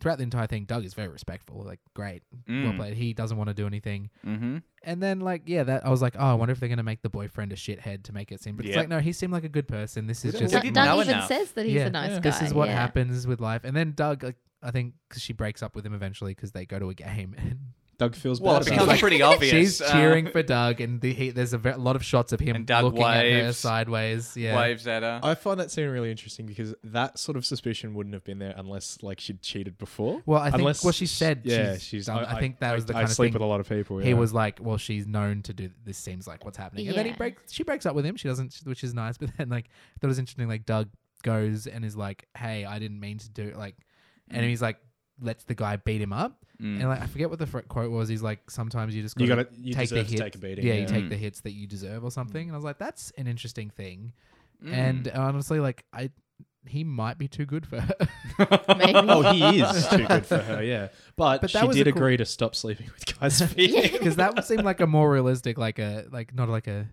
Speaker 4: throughout the entire thing, Doug is very respectful. Like, great, well
Speaker 3: Mm.
Speaker 4: played. He doesn't want to do anything.
Speaker 3: Mm-hmm.
Speaker 4: And then like yeah, that I was like, oh, I wonder if they're gonna make the boyfriend a shithead to make it seem. But it's
Speaker 3: Yep.
Speaker 4: like no, he seemed like a good person. This is
Speaker 2: We
Speaker 4: just
Speaker 2: don't
Speaker 1: Doug,
Speaker 2: didn't
Speaker 1: Doug
Speaker 3: know
Speaker 1: even
Speaker 3: enough.
Speaker 1: says that he's
Speaker 4: Yeah.
Speaker 1: a nice
Speaker 2: Yeah.
Speaker 1: guy.
Speaker 4: this is what
Speaker 1: yeah.
Speaker 4: happens with life. And then Doug, like, I think, because she breaks up with him eventually because they go to a game and
Speaker 2: Doug feels
Speaker 3: Well,
Speaker 2: well,
Speaker 3: it
Speaker 2: bad.
Speaker 3: becomes
Speaker 2: About it.
Speaker 3: pretty obvious.
Speaker 4: she's
Speaker 3: uh,
Speaker 4: cheering for Doug. And the, he, there's a ve- lot of shots of him
Speaker 3: And Doug
Speaker 4: looking at her
Speaker 3: waves.
Speaker 4: sideways. Yeah.
Speaker 3: Waves at her.
Speaker 2: I find that scene really interesting because that sort of suspicion wouldn't have been there unless like she'd cheated before.
Speaker 4: Well, I think
Speaker 2: unless
Speaker 4: what she said.
Speaker 2: Yeah,
Speaker 4: she's,
Speaker 2: she's.
Speaker 4: done, I, think that was
Speaker 2: I
Speaker 4: the kind of
Speaker 2: sleep
Speaker 4: thing
Speaker 2: with a lot of people.
Speaker 4: he
Speaker 2: yeah.
Speaker 4: was like, well, she's known to do. This seems like what's happening. And then he
Speaker 1: Yeah.
Speaker 4: breaks. She breaks up with him. She doesn't, which is nice. But then like that was interesting. Like Doug goes and is like, hey, I didn't mean to do it. Like, and he's like, lets the guy beat him up.
Speaker 3: Mm.
Speaker 4: And like I forget what the fr- quote was. He's like, sometimes you just
Speaker 2: You
Speaker 4: gotta
Speaker 2: got to you
Speaker 4: take the
Speaker 2: deserve
Speaker 4: hits.
Speaker 2: to take a beating.
Speaker 4: yeah,
Speaker 2: yeah.
Speaker 4: you take
Speaker 3: Mm.
Speaker 4: the hits that you deserve or something. And I was like, that's an interesting thing.
Speaker 3: Mm.
Speaker 4: And honestly, like I, he might be too good for her.
Speaker 1: Maybe.
Speaker 2: oh, he is too good for her. Yeah, but,
Speaker 4: But that
Speaker 2: she
Speaker 4: was
Speaker 2: did
Speaker 4: a cool-
Speaker 2: agree to stop sleeping with guys.
Speaker 4: because that would seem like a more realistic, like a like not like a.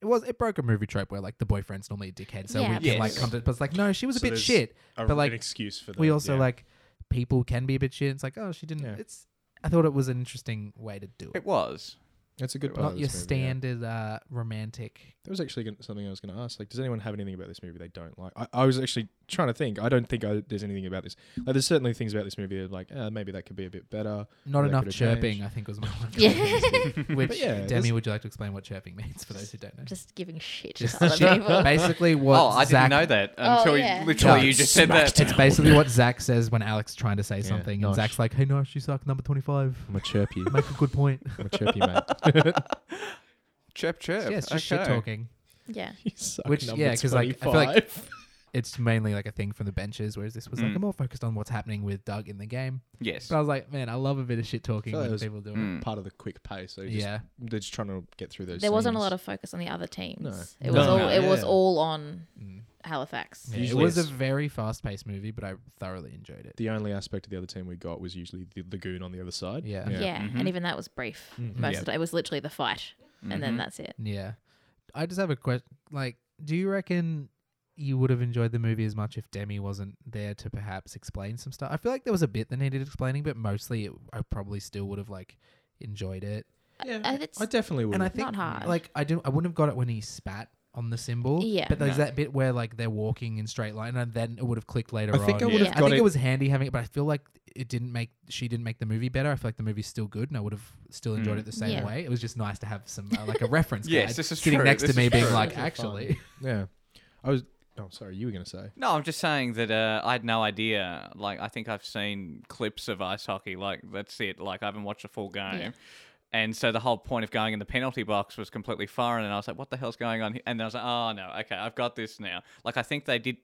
Speaker 4: It was it broke a movie trope where like the boyfriend's normally a dickhead, so we
Speaker 1: Yeah.
Speaker 4: can like
Speaker 3: Yes.
Speaker 4: come to. But it's like no, she was a
Speaker 2: So
Speaker 4: bit
Speaker 2: there's
Speaker 4: shit.
Speaker 2: a,
Speaker 4: But, like,
Speaker 2: an excuse for that.
Speaker 4: We also
Speaker 2: yeah.
Speaker 4: like people can be a bit shit. It's like oh, she didn't.
Speaker 2: Yeah.
Speaker 4: It's. I thought it was an interesting way to do it.
Speaker 3: it was.
Speaker 2: That's a good part.
Speaker 4: Not
Speaker 2: of
Speaker 4: your
Speaker 2: this movie, yeah.
Speaker 4: standard uh, romantic.
Speaker 2: That was actually gon- something I was going to ask. Like, does anyone have anything about this movie they don't like? I, I was actually trying to think. I don't think I, there's anything about this. Like, there's certainly things about this movie that are like, uh, maybe that could be a bit better.
Speaker 4: Not
Speaker 2: That
Speaker 4: enough
Speaker 2: could've
Speaker 4: chirping,
Speaker 2: changed.
Speaker 4: I think was my one.
Speaker 1: Yeah.
Speaker 4: Which
Speaker 2: But yeah,
Speaker 4: Demi,
Speaker 2: this-
Speaker 4: would you like to explain what chirping means for those who don't know?
Speaker 1: Just giving shit
Speaker 4: Just
Speaker 1: to other
Speaker 4: shit.
Speaker 1: people.
Speaker 4: basically what
Speaker 3: Oh, I
Speaker 4: Zach,
Speaker 3: didn't know that
Speaker 1: Oh,
Speaker 3: until
Speaker 1: yeah.
Speaker 3: you, literally
Speaker 2: Doug
Speaker 3: you just said that.
Speaker 2: smacked
Speaker 4: It's basically what Zach says when Alex's trying to say
Speaker 2: Yeah,
Speaker 4: something, and
Speaker 2: Nosh.
Speaker 4: Zach's like, "Hey, Nosh, you suck, number twenty-five.
Speaker 2: I'm a chirpy.
Speaker 4: Make a good point."
Speaker 2: I'm a chirpy mate.
Speaker 3: Chirp, chirp.
Speaker 4: yeah, it's just
Speaker 3: okay.
Speaker 4: shit talking.
Speaker 1: yeah.
Speaker 2: You suck,
Speaker 4: Which,
Speaker 2: number
Speaker 4: yeah, 'cause, like, I feel like-
Speaker 2: 25.
Speaker 4: It's mainly like a thing from the benches, whereas this was like
Speaker 3: Mm.
Speaker 4: a more focused on what's happening with Doug in the game.
Speaker 3: Yes.
Speaker 4: But I was like, man, I love a bit of shit talking
Speaker 2: Feel like
Speaker 4: when
Speaker 2: it was-
Speaker 4: people do it.
Speaker 3: Mm.
Speaker 2: part of the quick pace. So just,
Speaker 4: Yeah,
Speaker 2: they're just trying to get through those.
Speaker 1: There wasn't a
Speaker 2: scenes.
Speaker 1: lot of focus on the other teams.
Speaker 2: No.
Speaker 1: It was
Speaker 3: No,
Speaker 1: all
Speaker 3: no,
Speaker 1: it was
Speaker 2: yeah.
Speaker 1: all on
Speaker 4: Mm.
Speaker 1: Halifax.
Speaker 4: Yeah, it
Speaker 2: Usually
Speaker 4: was a
Speaker 2: it's-
Speaker 4: very fast-paced movie, but I thoroughly enjoyed it.
Speaker 2: The only aspect of the other team we got was usually the, the goon on the other side.
Speaker 4: Yeah.
Speaker 1: Yeah,
Speaker 3: Mhm.
Speaker 1: and even that was brief.
Speaker 2: Mhm.
Speaker 1: Most
Speaker 4: Yeah.
Speaker 1: of it was literally the fight, and then
Speaker 3: Mhm.
Speaker 1: that's it.
Speaker 4: Yeah. I just have a question. Like, do you reckon you would have enjoyed the movie as much if Demi wasn't there to perhaps explain some stuff? I feel like there was a bit that needed explaining, but mostly it, I probably still would have like enjoyed it.
Speaker 2: yeah.
Speaker 1: Uh, it's-
Speaker 2: I definitely would.
Speaker 4: And I
Speaker 2: have.
Speaker 4: think
Speaker 1: Not hard.
Speaker 4: like I didn't I wouldn't have got it when he spat on the symbol.
Speaker 1: Yeah.
Speaker 4: But there's
Speaker 3: No.
Speaker 4: that bit where like they're walking in straight line, and then it would have clicked later
Speaker 2: I think
Speaker 4: on.
Speaker 2: I
Speaker 1: Yeah.
Speaker 2: would have
Speaker 1: I
Speaker 4: I
Speaker 2: got
Speaker 4: think
Speaker 2: it.
Speaker 4: it was handy having it, but I feel like it didn't make she didn't make the movie better. I feel like the movie's still good, and I would have still enjoyed
Speaker 2: Mm.
Speaker 4: it the same
Speaker 1: Yeah.
Speaker 4: way. It was just nice to have some uh, like a reference
Speaker 3: Yes,
Speaker 4: guide
Speaker 3: this is
Speaker 4: sitting
Speaker 3: true.
Speaker 4: next
Speaker 3: This
Speaker 4: to me,
Speaker 3: is
Speaker 4: being
Speaker 3: true.
Speaker 4: like,
Speaker 2: Those are fun.
Speaker 4: actually,
Speaker 2: yeah, I was. Oh, sorry, you were gonna say.
Speaker 3: No, I'm just saying that uh, I had no idea. Like, I think I've seen clips of ice hockey. Like, that's it. Like, I haven't watched a full game.
Speaker 1: Yeah.
Speaker 3: And so the whole point of going in the penalty box was completely foreign. And I was like, what the hell's going on here? And I was like, oh, no, okay, I've got this now. Like, I think they did.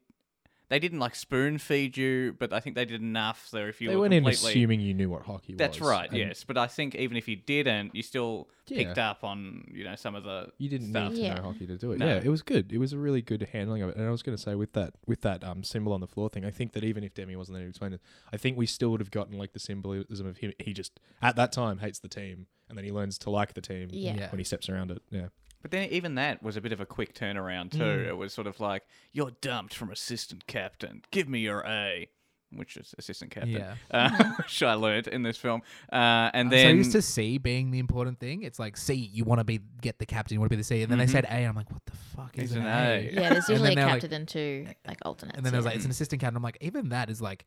Speaker 3: They didn't like spoon feed you, but I think they did enough. So if you
Speaker 2: they
Speaker 3: were
Speaker 2: weren't even
Speaker 3: completely,
Speaker 2: assuming you knew what hockey
Speaker 3: that's
Speaker 2: was.
Speaker 3: right,
Speaker 2: and
Speaker 3: yes. But I think even if you didn't, you still
Speaker 2: Yeah.
Speaker 3: picked up on you know some of the
Speaker 2: You didn't
Speaker 3: stuff.
Speaker 2: need to
Speaker 1: Yeah.
Speaker 2: know hockey to do it.
Speaker 3: No.
Speaker 2: Yeah, it was good. It was a really good handling of it. And I was going to say with that with that um, symbol on the floor thing, I think that even if Demi wasn't there to explain it, I think we still would have gotten like the symbolism of him. He just at that time hates the team, and then he learns to like the team
Speaker 1: Yeah.
Speaker 4: Yeah.
Speaker 2: when he steps around it. Yeah.
Speaker 3: But then even that was a bit of a quick turnaround too. It was sort of like you're dumped from assistant captain. Give me your A, which is assistant captain,
Speaker 4: Yeah.
Speaker 3: uh, which I learned in this film. Uh, and
Speaker 4: I'm so
Speaker 3: then
Speaker 4: used to C being the important thing. It's like C, you want to be get the captain, you want to be the C, and then they said A, and I'm like, what the fuck
Speaker 3: It's
Speaker 4: is an,
Speaker 3: Mm-hmm. an
Speaker 4: A?
Speaker 3: A.
Speaker 1: Yeah, there's
Speaker 4: And
Speaker 1: usually a
Speaker 4: then they're like-
Speaker 1: captain and two like alternates.
Speaker 4: And then I was
Speaker 1: yeah.
Speaker 4: like, it's an assistant captain. I'm like, even that is like,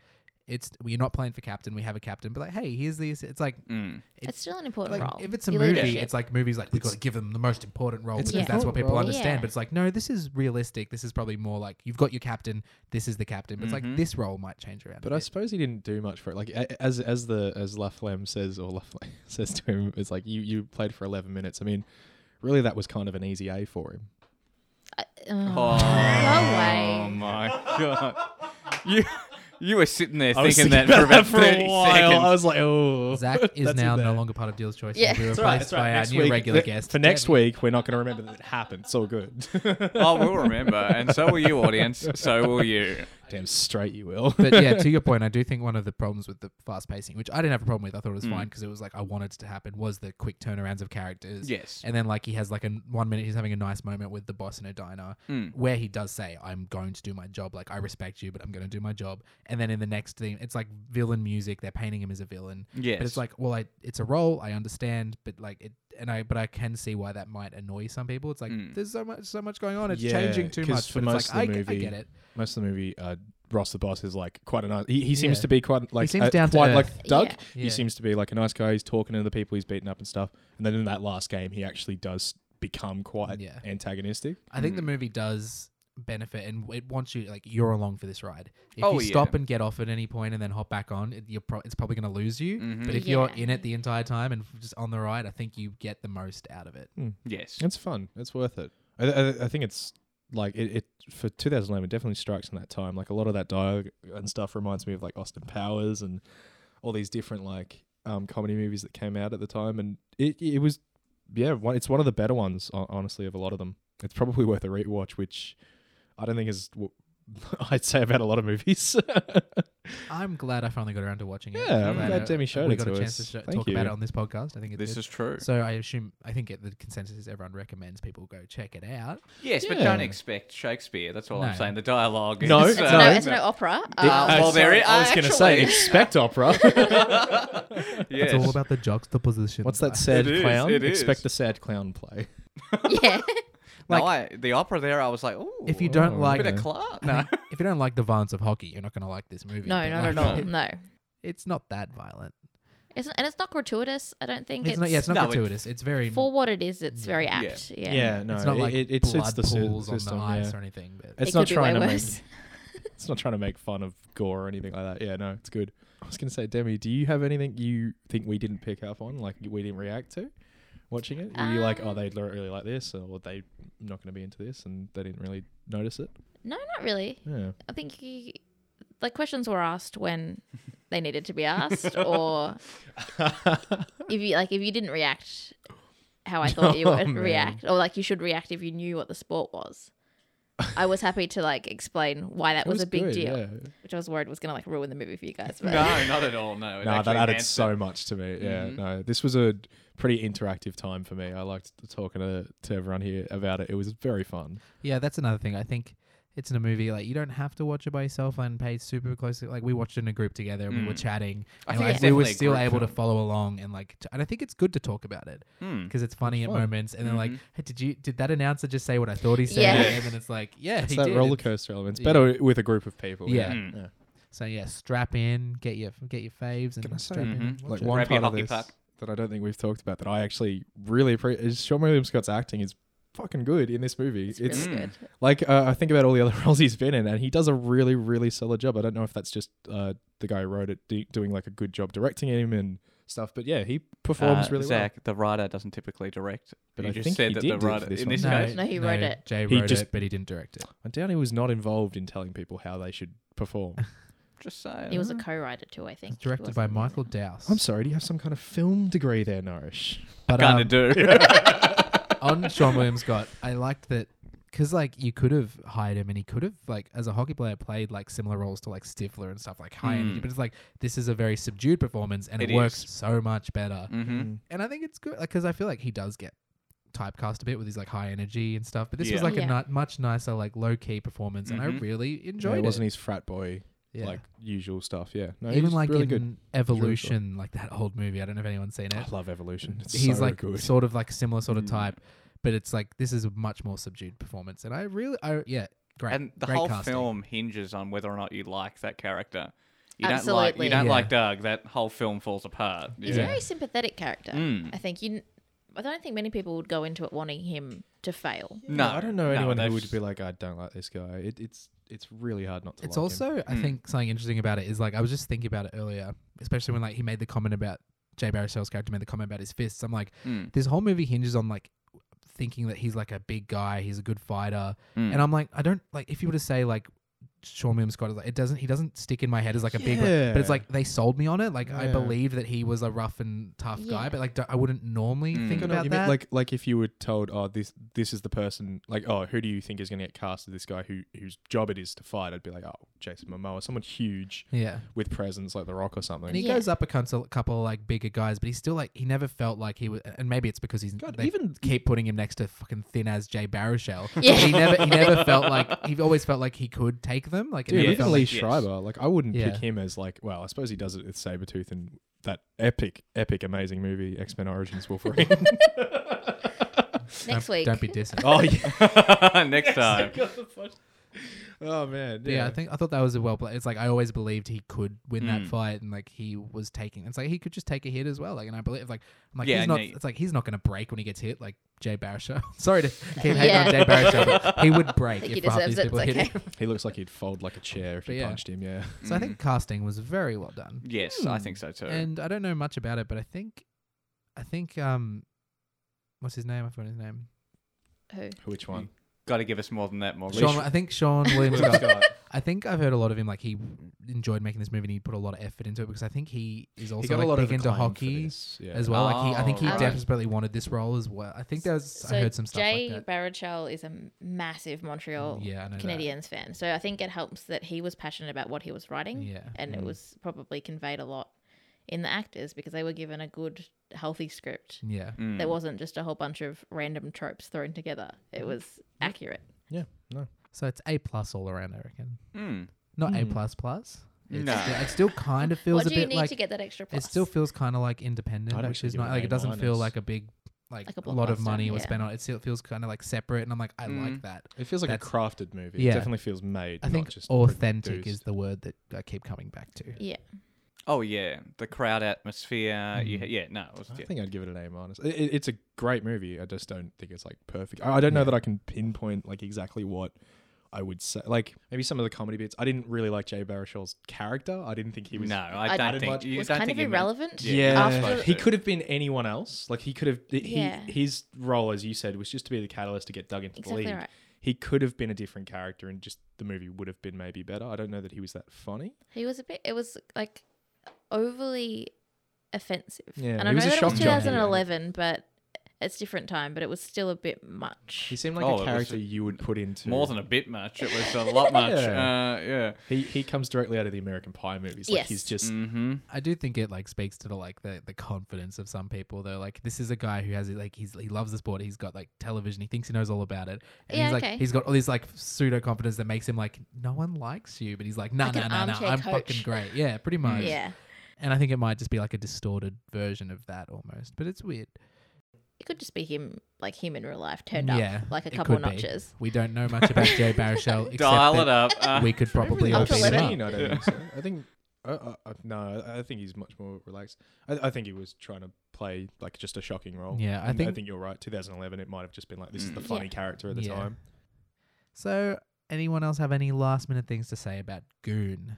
Speaker 4: it's well, you're not playing for captain. We have a captain, but like, hey, here's the. assi- It's like
Speaker 3: Mm.
Speaker 1: it's still an important
Speaker 4: like
Speaker 1: role.
Speaker 4: if it's a
Speaker 1: You lead
Speaker 4: movie,
Speaker 1: ship.
Speaker 4: it's like movies like we've got to give them the most important role
Speaker 2: It's
Speaker 4: because
Speaker 1: an
Speaker 4: that's what
Speaker 2: important
Speaker 4: people
Speaker 2: role.
Speaker 4: understand.
Speaker 1: Yeah.
Speaker 4: But it's like, no, this is realistic. This is probably more like you've got your captain. This is the captain. But it's
Speaker 1: Mm-hmm.
Speaker 4: like this role might change around.
Speaker 2: But
Speaker 4: a
Speaker 2: I
Speaker 4: bit.
Speaker 2: suppose he didn't do much for it. Like a- as as the as Laflamme says or Laflamme says to him, it's like you you played for eleven minutes. I mean, really, that was kind of an easy A for him.
Speaker 1: oh,
Speaker 3: Oh,
Speaker 1: no way.
Speaker 3: my god! You you were sitting there
Speaker 2: I was
Speaker 3: thinking that
Speaker 2: thinking
Speaker 3: for about
Speaker 2: that
Speaker 3: thirty seconds.
Speaker 2: I was like, oh,
Speaker 4: Zach is
Speaker 2: that's in
Speaker 4: now
Speaker 2: there.
Speaker 4: no longer part of Deal's Choice.
Speaker 1: Yeah.
Speaker 4: Yeah, be
Speaker 1: That's
Speaker 4: replaced
Speaker 2: That's right, that's right.
Speaker 4: by
Speaker 2: Next
Speaker 4: our new
Speaker 2: week-
Speaker 4: regular
Speaker 2: th-
Speaker 4: guest
Speaker 2: For next
Speaker 4: Debbie.
Speaker 2: week, we're not going to remember that it happened. It's all good.
Speaker 3: I will Oh, remember, and so will you, audience. So will you.
Speaker 2: Damn straight you will.
Speaker 4: but yeah, to your point, I do think one of the problems with the fast pacing, which I didn't have a problem with, I thought it was
Speaker 2: Mm.
Speaker 4: fine because it was like I wanted it to happen, was the quick turnarounds of characters.
Speaker 3: Yes.
Speaker 4: And then like he has like a one minute he's having a nice moment with the boss in a diner
Speaker 2: Mm.
Speaker 4: where he does say, "I'm going to do my job. Like I respect you, but I'm going to do my job." And then in the next thing, it's like villain music. They're painting him as a villain. But
Speaker 3: Yes.
Speaker 4: it's like, well, I it's a role. I understand, but like it, and I but I can see why that might annoy some people. It's like there's so much so much going on. It's
Speaker 2: Mm. Yeah,
Speaker 4: changing too
Speaker 2: 'cause
Speaker 4: much.
Speaker 2: for
Speaker 4: but
Speaker 2: most
Speaker 4: it's like,
Speaker 2: of the
Speaker 4: I, I
Speaker 2: movie,
Speaker 4: get it.
Speaker 2: Most of the movie, uh, Ross the boss is like quite a nice. He, he seems
Speaker 4: Yeah.
Speaker 2: to be quite like
Speaker 4: seems
Speaker 2: uh,
Speaker 4: down to
Speaker 2: quite
Speaker 4: earth.
Speaker 2: like Doug.
Speaker 1: Yeah.
Speaker 4: Yeah.
Speaker 2: He seems to be like a nice guy. He's talking to the people he's beaten up and stuff. And then in that last game, he actually does become quite
Speaker 4: Yeah.
Speaker 2: antagonistic.
Speaker 4: I think the movie does benefit and it wants you like you're along for this ride. If
Speaker 3: Oh,
Speaker 4: you
Speaker 3: yeah.
Speaker 4: stop and get off at any point and then hop back on, it, you're pro- it's probably going to lose you.
Speaker 2: Mm-hmm.
Speaker 3: Mm-hmm.
Speaker 4: But if you're
Speaker 1: Yeah.
Speaker 4: in it the entire time and just on the ride, I think you get the most out of it.
Speaker 3: yes.
Speaker 2: It's fun. It's worth it. I, I, I think it's like it, it for 2011 it definitely strikes in that time. Like a lot of that dialogue and stuff reminds me of like Austin Powers and all these different like um, comedy movies that came out at the time. And it it was yeah, one, it's one of the better ones ho- honestly of a lot of them. It's probably worth a rewatch, which I don't think is. W- I'd say about a lot of movies.
Speaker 4: I'm glad I finally got around to watching it.
Speaker 2: Yeah,
Speaker 3: I'm
Speaker 2: glad
Speaker 4: uh,
Speaker 2: Demi showed
Speaker 4: we
Speaker 2: it
Speaker 4: got a
Speaker 2: to
Speaker 4: chance
Speaker 2: us.
Speaker 4: to show,
Speaker 2: Thank
Speaker 4: talk about
Speaker 2: you.
Speaker 4: it on this podcast. I think it's
Speaker 3: This
Speaker 4: good.
Speaker 3: is true.
Speaker 4: so. I assume I think it, the consensus is everyone recommends people go check it out.
Speaker 3: yes, but
Speaker 2: Yeah.
Speaker 3: don't expect Shakespeare. That's all I'm
Speaker 4: No.
Speaker 3: saying. The dialogue.
Speaker 4: oh.
Speaker 2: No,
Speaker 3: is,
Speaker 1: It's
Speaker 2: No,
Speaker 1: no,
Speaker 2: no.
Speaker 1: it's no opera. Uh,
Speaker 3: Uh, well, there
Speaker 2: sorry,
Speaker 3: is-
Speaker 2: I was going to say,
Speaker 3: actually-
Speaker 2: expect opera.
Speaker 3: yes.
Speaker 4: It's all about the juxtaposition.
Speaker 2: What's that sad
Speaker 3: is,
Speaker 2: clown?
Speaker 3: it is.
Speaker 2: Expect the sad clown play.
Speaker 1: yeah.
Speaker 3: no, I, the opera there, I was like, oh,
Speaker 4: If you don't
Speaker 2: Oh,
Speaker 4: like,
Speaker 3: bit
Speaker 2: okay.
Speaker 3: of class.
Speaker 4: I think if you don't like the violence of hockey, you're not going to like this movie.
Speaker 1: No,
Speaker 4: But,
Speaker 1: not
Speaker 4: like,
Speaker 1: at all. No.
Speaker 4: It's not that violent.
Speaker 1: It's not, and it's not gratuitous. I don't think
Speaker 4: It's,
Speaker 1: it's,
Speaker 4: not. Yeah, it's not
Speaker 3: No, it-
Speaker 4: gratuitous. it's very.
Speaker 1: for what it is. It's very
Speaker 3: Yeah.
Speaker 1: apt. Yeah.
Speaker 2: no,
Speaker 4: it's not like
Speaker 2: it, it
Speaker 4: blood
Speaker 2: suits the sy-
Speaker 4: pools
Speaker 2: system.
Speaker 4: on the ice
Speaker 2: yeah.
Speaker 4: or anything. But
Speaker 2: It's
Speaker 1: it
Speaker 2: not
Speaker 1: could
Speaker 2: trying
Speaker 1: be
Speaker 2: to
Speaker 1: way
Speaker 2: make
Speaker 1: worse.
Speaker 2: it's not trying to make fun of gore or anything like that. Yeah, no, it's good. I was gonna say, Demi, do you have anything you think we didn't pick up on, like we didn't react to, watching it? Were you like, oh,
Speaker 1: Um,
Speaker 2: they really like this, or they not gonna be into this, and they didn't really notice it?
Speaker 1: No, not really.
Speaker 2: Yeah,
Speaker 1: I think he, like questions were asked when they needed to be asked, or if you like if you didn't react how I thought you
Speaker 2: Oh,
Speaker 1: would
Speaker 2: man.
Speaker 1: react, or like you should react if you knew what the sport was. I was happy to like explain why that
Speaker 2: It
Speaker 1: was, a big
Speaker 2: good,
Speaker 1: deal,
Speaker 2: Yeah.
Speaker 1: which I was worried was gonna like ruin the movie for you guys. But
Speaker 3: No, not at all. No, it
Speaker 2: No, that
Speaker 3: actually
Speaker 2: added
Speaker 3: enhanced
Speaker 2: so
Speaker 3: it.
Speaker 2: much to me. Yeah,
Speaker 4: Mm-hmm.
Speaker 3: Mhm.
Speaker 2: no, this was a pretty interactive time for me. I liked talking to, to everyone here about it. It was very fun.
Speaker 4: yeah, that's another thing. I think it's in a movie like you don't have to watch it by yourself and pay super closely. Like we watched it in a group together and we were
Speaker 3: Mm.
Speaker 4: chatting,
Speaker 3: I
Speaker 4: and
Speaker 3: think
Speaker 4: like,
Speaker 3: it's
Speaker 4: we were
Speaker 3: definitely a
Speaker 4: still
Speaker 3: group
Speaker 4: able to
Speaker 3: film.
Speaker 4: follow along and like. T- and I think it's good to talk about it
Speaker 3: Hmm.
Speaker 4: because it's funny at
Speaker 2: Mm. fun. Mm-hmm.
Speaker 4: moments. And then like,
Speaker 3: Mhm.
Speaker 4: hey, did you did that announcer just say what I thought he said?
Speaker 1: Yeah.
Speaker 4: And then it's like, yeah,
Speaker 2: It's
Speaker 4: he
Speaker 2: that
Speaker 4: did.
Speaker 2: roller coaster element. It's
Speaker 4: Yeah.
Speaker 2: better with a group of people.
Speaker 4: Yeah.
Speaker 3: Mm.
Speaker 4: So yeah, strap in, get your get your faves, and
Speaker 2: Can I say-
Speaker 4: strap in.
Speaker 3: Mhm.
Speaker 4: and watch
Speaker 2: Like
Speaker 4: it.
Speaker 2: one
Speaker 3: Grab your
Speaker 2: part of
Speaker 3: hockey
Speaker 2: this
Speaker 3: puck.
Speaker 2: that I don't think we've talked about that I actually really appreciate is Sean William Scott's acting is fucking good in this movie. It's,
Speaker 1: It's, really
Speaker 3: Mm.
Speaker 1: good.
Speaker 2: like uh, I think about all the other roles he's been in, and he does a really really solid job. I don't know if that's just uh, the guy who wrote it do- doing like a good job directing him and stuff, but yeah, he performs
Speaker 3: Uh,
Speaker 2: really
Speaker 3: Zach, the writer doesn't typically direct.
Speaker 2: But
Speaker 3: you
Speaker 2: I
Speaker 3: just
Speaker 2: think
Speaker 3: said
Speaker 2: he
Speaker 3: that
Speaker 2: did
Speaker 3: the
Speaker 2: do it
Speaker 3: writer
Speaker 2: for this
Speaker 3: in
Speaker 2: one.
Speaker 3: this
Speaker 1: No.
Speaker 3: case.
Speaker 1: he wrote it.
Speaker 4: Jay
Speaker 2: He
Speaker 4: wrote
Speaker 2: just-
Speaker 4: it, but he didn't direct it.
Speaker 2: well. I doubt he was not involved in telling people how they should perform.
Speaker 3: Just saying.
Speaker 1: He was a co-writer too, I think.
Speaker 4: It's directed by Michael Douse.
Speaker 2: I'm sorry, do you have some kind of film degree there, Nourish?
Speaker 4: But,
Speaker 3: kind
Speaker 4: um,
Speaker 3: of do.
Speaker 4: on Sean William Scott, I liked that because like you could have hired him and he could have like as a hockey player played like similar roles to like Stifler and stuff like high energy,
Speaker 3: Mm.
Speaker 4: but it's like this is a very subdued performance and it,
Speaker 3: It
Speaker 4: works
Speaker 3: is.
Speaker 4: so much better.
Speaker 3: hmm
Speaker 2: Mm.
Speaker 4: And I think it's good because I feel like he does get typecast a bit with his like high energy and stuff, but this was
Speaker 3: Yeah.
Speaker 4: like a
Speaker 1: Yeah.
Speaker 4: ni- much nicer like low key performance, and I
Speaker 3: Mhm.
Speaker 4: really
Speaker 2: Mm-hmm. Yeah,
Speaker 4: enjoyed
Speaker 2: it
Speaker 4: it.
Speaker 2: wasn't his frat boy
Speaker 4: Yeah.
Speaker 2: like usual stuff. Yeah, no,
Speaker 4: even
Speaker 2: he's
Speaker 4: like
Speaker 2: really
Speaker 4: in
Speaker 2: good.
Speaker 4: Evolution, like that old movie. I don't know if anyone's seen it.
Speaker 2: I love Evolution. It's
Speaker 4: he's
Speaker 2: so
Speaker 4: like
Speaker 2: good.
Speaker 4: sort of like a similar sort of
Speaker 3: Mm.
Speaker 4: type, but it's like this is a much more subdued performance, and I really, I yeah, great.
Speaker 3: And the
Speaker 4: great
Speaker 3: whole
Speaker 4: casting.
Speaker 3: film hinges on whether or not you like that character. You don't like
Speaker 1: Absolutely.
Speaker 3: you don't
Speaker 4: Yeah.
Speaker 3: like Doug. That whole film falls apart.
Speaker 1: He's
Speaker 4: Yeah.
Speaker 1: a very sympathetic character.
Speaker 3: Mm.
Speaker 1: I think you. n- I don't think many people would go into it wanting him to fail.
Speaker 3: No,
Speaker 2: I don't know anyone
Speaker 3: no,
Speaker 2: who
Speaker 3: they've-
Speaker 2: would be like, I don't like this guy. It, it's it's really hard not to.
Speaker 4: It's
Speaker 2: like
Speaker 4: also, I
Speaker 3: Mm.
Speaker 4: think, something interesting about it is like I was just thinking about it earlier, especially when like he made the comment about Jay Baruchel's character made the comment about his fists. I'm like,
Speaker 3: Mm.
Speaker 4: this whole movie hinges on like thinking that he's like a big guy, he's a good fighter,
Speaker 3: Mm.
Speaker 4: and I'm like, I don't like if you were to say like. Sean William Scott is like it doesn't he doesn't stick in my head as like a big
Speaker 2: Yeah.
Speaker 4: but it's like they sold me on it like I
Speaker 2: Yeah.
Speaker 4: believed that he was a rough and tough guy
Speaker 1: Yeah.
Speaker 4: but like don't- I wouldn't normally
Speaker 3: Mm.
Speaker 4: think
Speaker 2: No,
Speaker 4: about
Speaker 2: no, you mean
Speaker 4: that
Speaker 2: like like if you were told, oh, this this is the person, like, oh, who do you think is going to get cast as this guy who whose job it is to fight? I'd be like, oh, Jason Momoa, someone huge
Speaker 4: yeah
Speaker 2: with presence like The Rock or something.
Speaker 4: And he
Speaker 1: Yeah.
Speaker 4: goes up a couple, couple of like bigger guys, but he's still like he never felt like he was. And maybe it's because he's
Speaker 2: God,
Speaker 4: they
Speaker 2: even-
Speaker 4: keep putting him next to fucking thin as Jay Baruchel.
Speaker 1: Yeah.
Speaker 4: he never he never felt like he always felt like he could take them. Like it
Speaker 2: Dude,
Speaker 4: never
Speaker 3: Yeah.
Speaker 2: even
Speaker 4: felt
Speaker 2: Lee
Speaker 4: like,
Speaker 3: yes.
Speaker 2: Schreiber, like I wouldn't
Speaker 4: Yeah.
Speaker 2: pick him as like. Well, I suppose he does it with Sabretooth and that epic, epic, amazing movie X Men Origins Wolverine.
Speaker 1: Next
Speaker 4: don't,
Speaker 1: week.
Speaker 4: Don't be dissing.
Speaker 2: oh yeah,
Speaker 3: Next time.
Speaker 2: oh man,
Speaker 4: Yeah, I think I thought that was a well played. It's like I always believed he could win that
Speaker 3: Mm.
Speaker 4: fight, and like he was taking. It's like he could just take a hit as well. Like, and I believe like I'm like
Speaker 3: Yeah,
Speaker 4: he's
Speaker 3: and
Speaker 4: not.
Speaker 3: they-
Speaker 4: It's like he's not going to break when he gets hit. Like Jay Baruchel. Sorry to keep hating on
Speaker 1: Yeah.
Speaker 4: Jay Baruchel, but he would break
Speaker 1: think he
Speaker 4: if half
Speaker 1: deserves
Speaker 4: these
Speaker 1: it,
Speaker 4: people
Speaker 1: it's
Speaker 4: hit
Speaker 1: okay.
Speaker 4: him.
Speaker 2: He looks like he'd fold like a chair if
Speaker 4: But
Speaker 2: you
Speaker 4: yeah.
Speaker 2: punched him. Yeah.
Speaker 4: So I think casting was very well done.
Speaker 3: Yes, I think so too.
Speaker 4: and I don't know much about it, but I think, I think, um, what's his name? I forgot his name.
Speaker 1: Who?
Speaker 2: Which one?
Speaker 3: Got to give us more than that, more.
Speaker 4: Sean. I think Sean Williams.
Speaker 2: William
Speaker 4: Scott.
Speaker 2: Scott.
Speaker 4: I think I've heard a lot of him. Like he enjoyed making this movie, and he put a lot of effort into it because I think he is also
Speaker 2: He got
Speaker 4: like
Speaker 2: a lot
Speaker 4: big
Speaker 2: of
Speaker 4: into
Speaker 2: acclaim for
Speaker 4: hockey
Speaker 2: this, Yeah.
Speaker 4: as well. like he, I think he
Speaker 3: Oh, right.
Speaker 4: desperately wanted this role as well. I think there was. I heard some stuff
Speaker 1: Jay
Speaker 4: like that.
Speaker 1: Baruchel is a massive Montreal
Speaker 4: Yeah, I know that.
Speaker 1: Canadiens fan, so I think it helps that he was passionate about what he was writing,
Speaker 4: Yeah. Mm.
Speaker 1: and it was probably conveyed a lot in the actors because they were given a good, healthy script.
Speaker 4: Yeah.
Speaker 3: Mm.
Speaker 1: There wasn't just a whole bunch of random tropes thrown together. It
Speaker 4: Mm.
Speaker 1: was accurate.
Speaker 2: Yeah. No.
Speaker 4: So it's A plus all around. I reckon.
Speaker 3: Mm.
Speaker 4: Not A
Speaker 2: Hmm.
Speaker 4: plus plus. It's-
Speaker 3: No.
Speaker 4: It still kind of feels
Speaker 1: What
Speaker 4: a
Speaker 1: do you
Speaker 4: bit
Speaker 1: need
Speaker 4: like
Speaker 1: to get that extra
Speaker 4: It
Speaker 1: plus?
Speaker 4: still feels kind of like independent,
Speaker 2: I'd
Speaker 4: which
Speaker 2: actually
Speaker 4: is
Speaker 2: give it
Speaker 4: not
Speaker 2: an
Speaker 4: like
Speaker 2: A
Speaker 4: it doesn't feel
Speaker 2: minus.
Speaker 4: like a big, like,
Speaker 1: Like a
Speaker 4: a, lot of
Speaker 1: blockbuster,
Speaker 4: money was
Speaker 1: yeah.
Speaker 4: spent on it. It still feels kind of like separate, and I'm like, I like
Speaker 3: Mm.
Speaker 4: that.
Speaker 2: It feels like
Speaker 4: That's-
Speaker 2: a crafted movie.
Speaker 4: Yeah.
Speaker 2: It definitely feels made.
Speaker 4: I think
Speaker 2: not just
Speaker 4: authentic is
Speaker 2: produced.
Speaker 4: the word that I keep coming back to.
Speaker 1: Yeah.
Speaker 3: Oh yeah, the crowd atmosphere. You ha- yeah, no, it was,
Speaker 2: Mm. I
Speaker 3: yeah.
Speaker 2: think I'd give it an A minus. It, it- it's a great movie. I just don't think it's like perfect. I, I don't know
Speaker 4: Yeah.
Speaker 2: that I can pinpoint like exactly what I would say. Like maybe some of the comedy bits. I didn't really like Jay Baruchel's character. I didn't think he was.
Speaker 3: no, I
Speaker 1: I
Speaker 3: don't
Speaker 1: didn't
Speaker 3: think
Speaker 2: watch-
Speaker 3: you
Speaker 1: was
Speaker 3: don't
Speaker 1: kind
Speaker 3: think
Speaker 1: of
Speaker 3: you meant-
Speaker 1: irrelevant.
Speaker 3: Yeah.
Speaker 2: Yeah,
Speaker 1: After-
Speaker 2: he could have been anyone else. Like he could have. He,
Speaker 1: Yeah.
Speaker 2: his role, as you said, was just to be the catalyst to get dug into
Speaker 1: Exactly
Speaker 2: the league.
Speaker 1: right.
Speaker 2: He could have been a different character, and just the movie would have been maybe better. I don't know that he was that funny.
Speaker 1: He was a bit. It was like overly offensive.
Speaker 2: Yeah,
Speaker 1: and
Speaker 2: he
Speaker 1: I
Speaker 2: was
Speaker 1: know
Speaker 2: a
Speaker 1: that it
Speaker 2: shock
Speaker 1: was
Speaker 2: jock, yeah.
Speaker 1: 2011, but it's different time, but it was still a bit much.
Speaker 2: He seemed like
Speaker 3: Oh, it
Speaker 2: a
Speaker 3: was
Speaker 2: character
Speaker 3: a-
Speaker 2: you would put into
Speaker 3: More than a bit much. It was a lot much.
Speaker 2: Yeah.
Speaker 3: Uh, yeah.
Speaker 2: He he comes directly out of the American Pie movies. Like
Speaker 1: Yes.
Speaker 2: he's just
Speaker 3: Mm-hmm.
Speaker 4: I do think it like speaks to the like the, the confidence of some people though. Like this is a guy who has it like he's he loves the sport. He's got like television. He thinks he knows all about it. And
Speaker 1: Yeah,
Speaker 4: he's like
Speaker 1: okay.
Speaker 4: he's got all this like pseudo confidence that makes him like no one likes you, but he's like no
Speaker 1: Like
Speaker 4: no
Speaker 1: an
Speaker 4: no no
Speaker 1: armchair
Speaker 4: I'm
Speaker 1: coach.
Speaker 4: fucking great. Yeah, pretty much.
Speaker 1: yeah,
Speaker 4: And I think it might just be like a distorted version of that almost, but it's weird.
Speaker 1: it could just be him, like him in real life, turned
Speaker 4: Yeah,
Speaker 1: up like a
Speaker 4: it
Speaker 1: couple of
Speaker 4: could be.
Speaker 1: notches.
Speaker 4: We don't know much about Jay Baruchel except
Speaker 3: Dial
Speaker 4: that
Speaker 3: it up. Uh,
Speaker 4: we could probably
Speaker 2: I
Speaker 1: Up
Speaker 2: don't
Speaker 1: to
Speaker 4: open
Speaker 2: think
Speaker 4: it
Speaker 1: eleven.
Speaker 2: seen,
Speaker 4: up.
Speaker 2: I don't
Speaker 3: Yeah.
Speaker 2: think so. I think I, I, I, no, I think he's much more relaxed. I, I think he was trying to play like just a shocking role.
Speaker 4: Yeah, I
Speaker 2: And
Speaker 4: think-
Speaker 2: I think you're right. 2011, it might have just been like this is the
Speaker 3: Mm.
Speaker 2: funny
Speaker 1: Yeah.
Speaker 2: character at the
Speaker 4: Yeah.
Speaker 2: time.
Speaker 4: So, anyone else have any last minute things to say about Goon?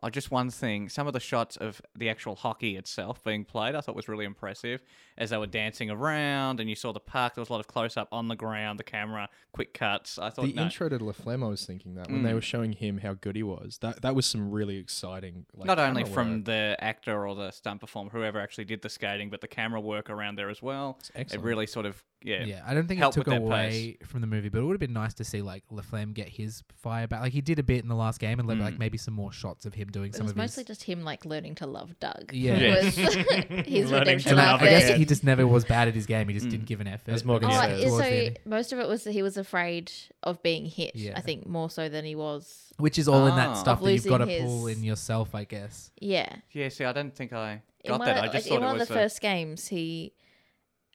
Speaker 3: Oh, just one thing. Some of the shots of the actual hockey itself being played, I thought was really impressive. As they were dancing around, and you saw the park, there was a lot of close up on the ground, the camera, quick cuts. I thought
Speaker 2: the
Speaker 3: no.
Speaker 2: intro to La Flemme, I was thinking that when they
Speaker 3: Mm.
Speaker 2: were showing him how good he was, that that was some really exciting. Like,
Speaker 3: not only
Speaker 2: camera
Speaker 3: from
Speaker 2: work.
Speaker 3: the actor or the stunt performer, whoever actually did the skating, but the camera work around there as well.
Speaker 2: It's excellent.
Speaker 3: It really sort of yeah.
Speaker 4: Yeah, I don't think it
Speaker 3: help
Speaker 4: took
Speaker 3: with that
Speaker 4: away from the movie, but it would have been nice to see like Laflamme get his fire back. Like he did a bit in the last game, and let- like
Speaker 3: Mm.
Speaker 4: maybe some more shots of him doing
Speaker 1: It
Speaker 4: some
Speaker 1: was
Speaker 4: of
Speaker 1: mostly
Speaker 4: his.
Speaker 1: just him like learning to love Doug.
Speaker 4: Yeah.
Speaker 1: was
Speaker 3: Yes.
Speaker 1: his
Speaker 2: Learning to
Speaker 1: redemption
Speaker 4: and
Speaker 1: arc
Speaker 4: I, I
Speaker 2: love
Speaker 1: there.
Speaker 4: guess he just never was bad at his game. He just
Speaker 3: Mm.
Speaker 4: didn't give an effort.
Speaker 2: As Morgan
Speaker 1: Oh,
Speaker 2: Yeah.
Speaker 1: I-
Speaker 2: said.
Speaker 4: towards the
Speaker 1: so
Speaker 4: end,
Speaker 1: most of it was that he was afraid of being hit.
Speaker 4: Yeah.
Speaker 1: I think more so than he was.
Speaker 4: which is all in
Speaker 3: Ah.
Speaker 4: that stuff
Speaker 1: Of
Speaker 4: that you've got to
Speaker 1: losing
Speaker 4: pull
Speaker 1: his-
Speaker 4: in yourself, I guess.
Speaker 1: Yeah,
Speaker 3: Yeah, see, I don't think I
Speaker 1: in
Speaker 3: got
Speaker 1: one
Speaker 3: that.
Speaker 1: of,
Speaker 3: I just
Speaker 1: like, in
Speaker 3: thought
Speaker 1: one
Speaker 3: it
Speaker 1: of
Speaker 3: was
Speaker 1: the
Speaker 3: a-
Speaker 1: first games he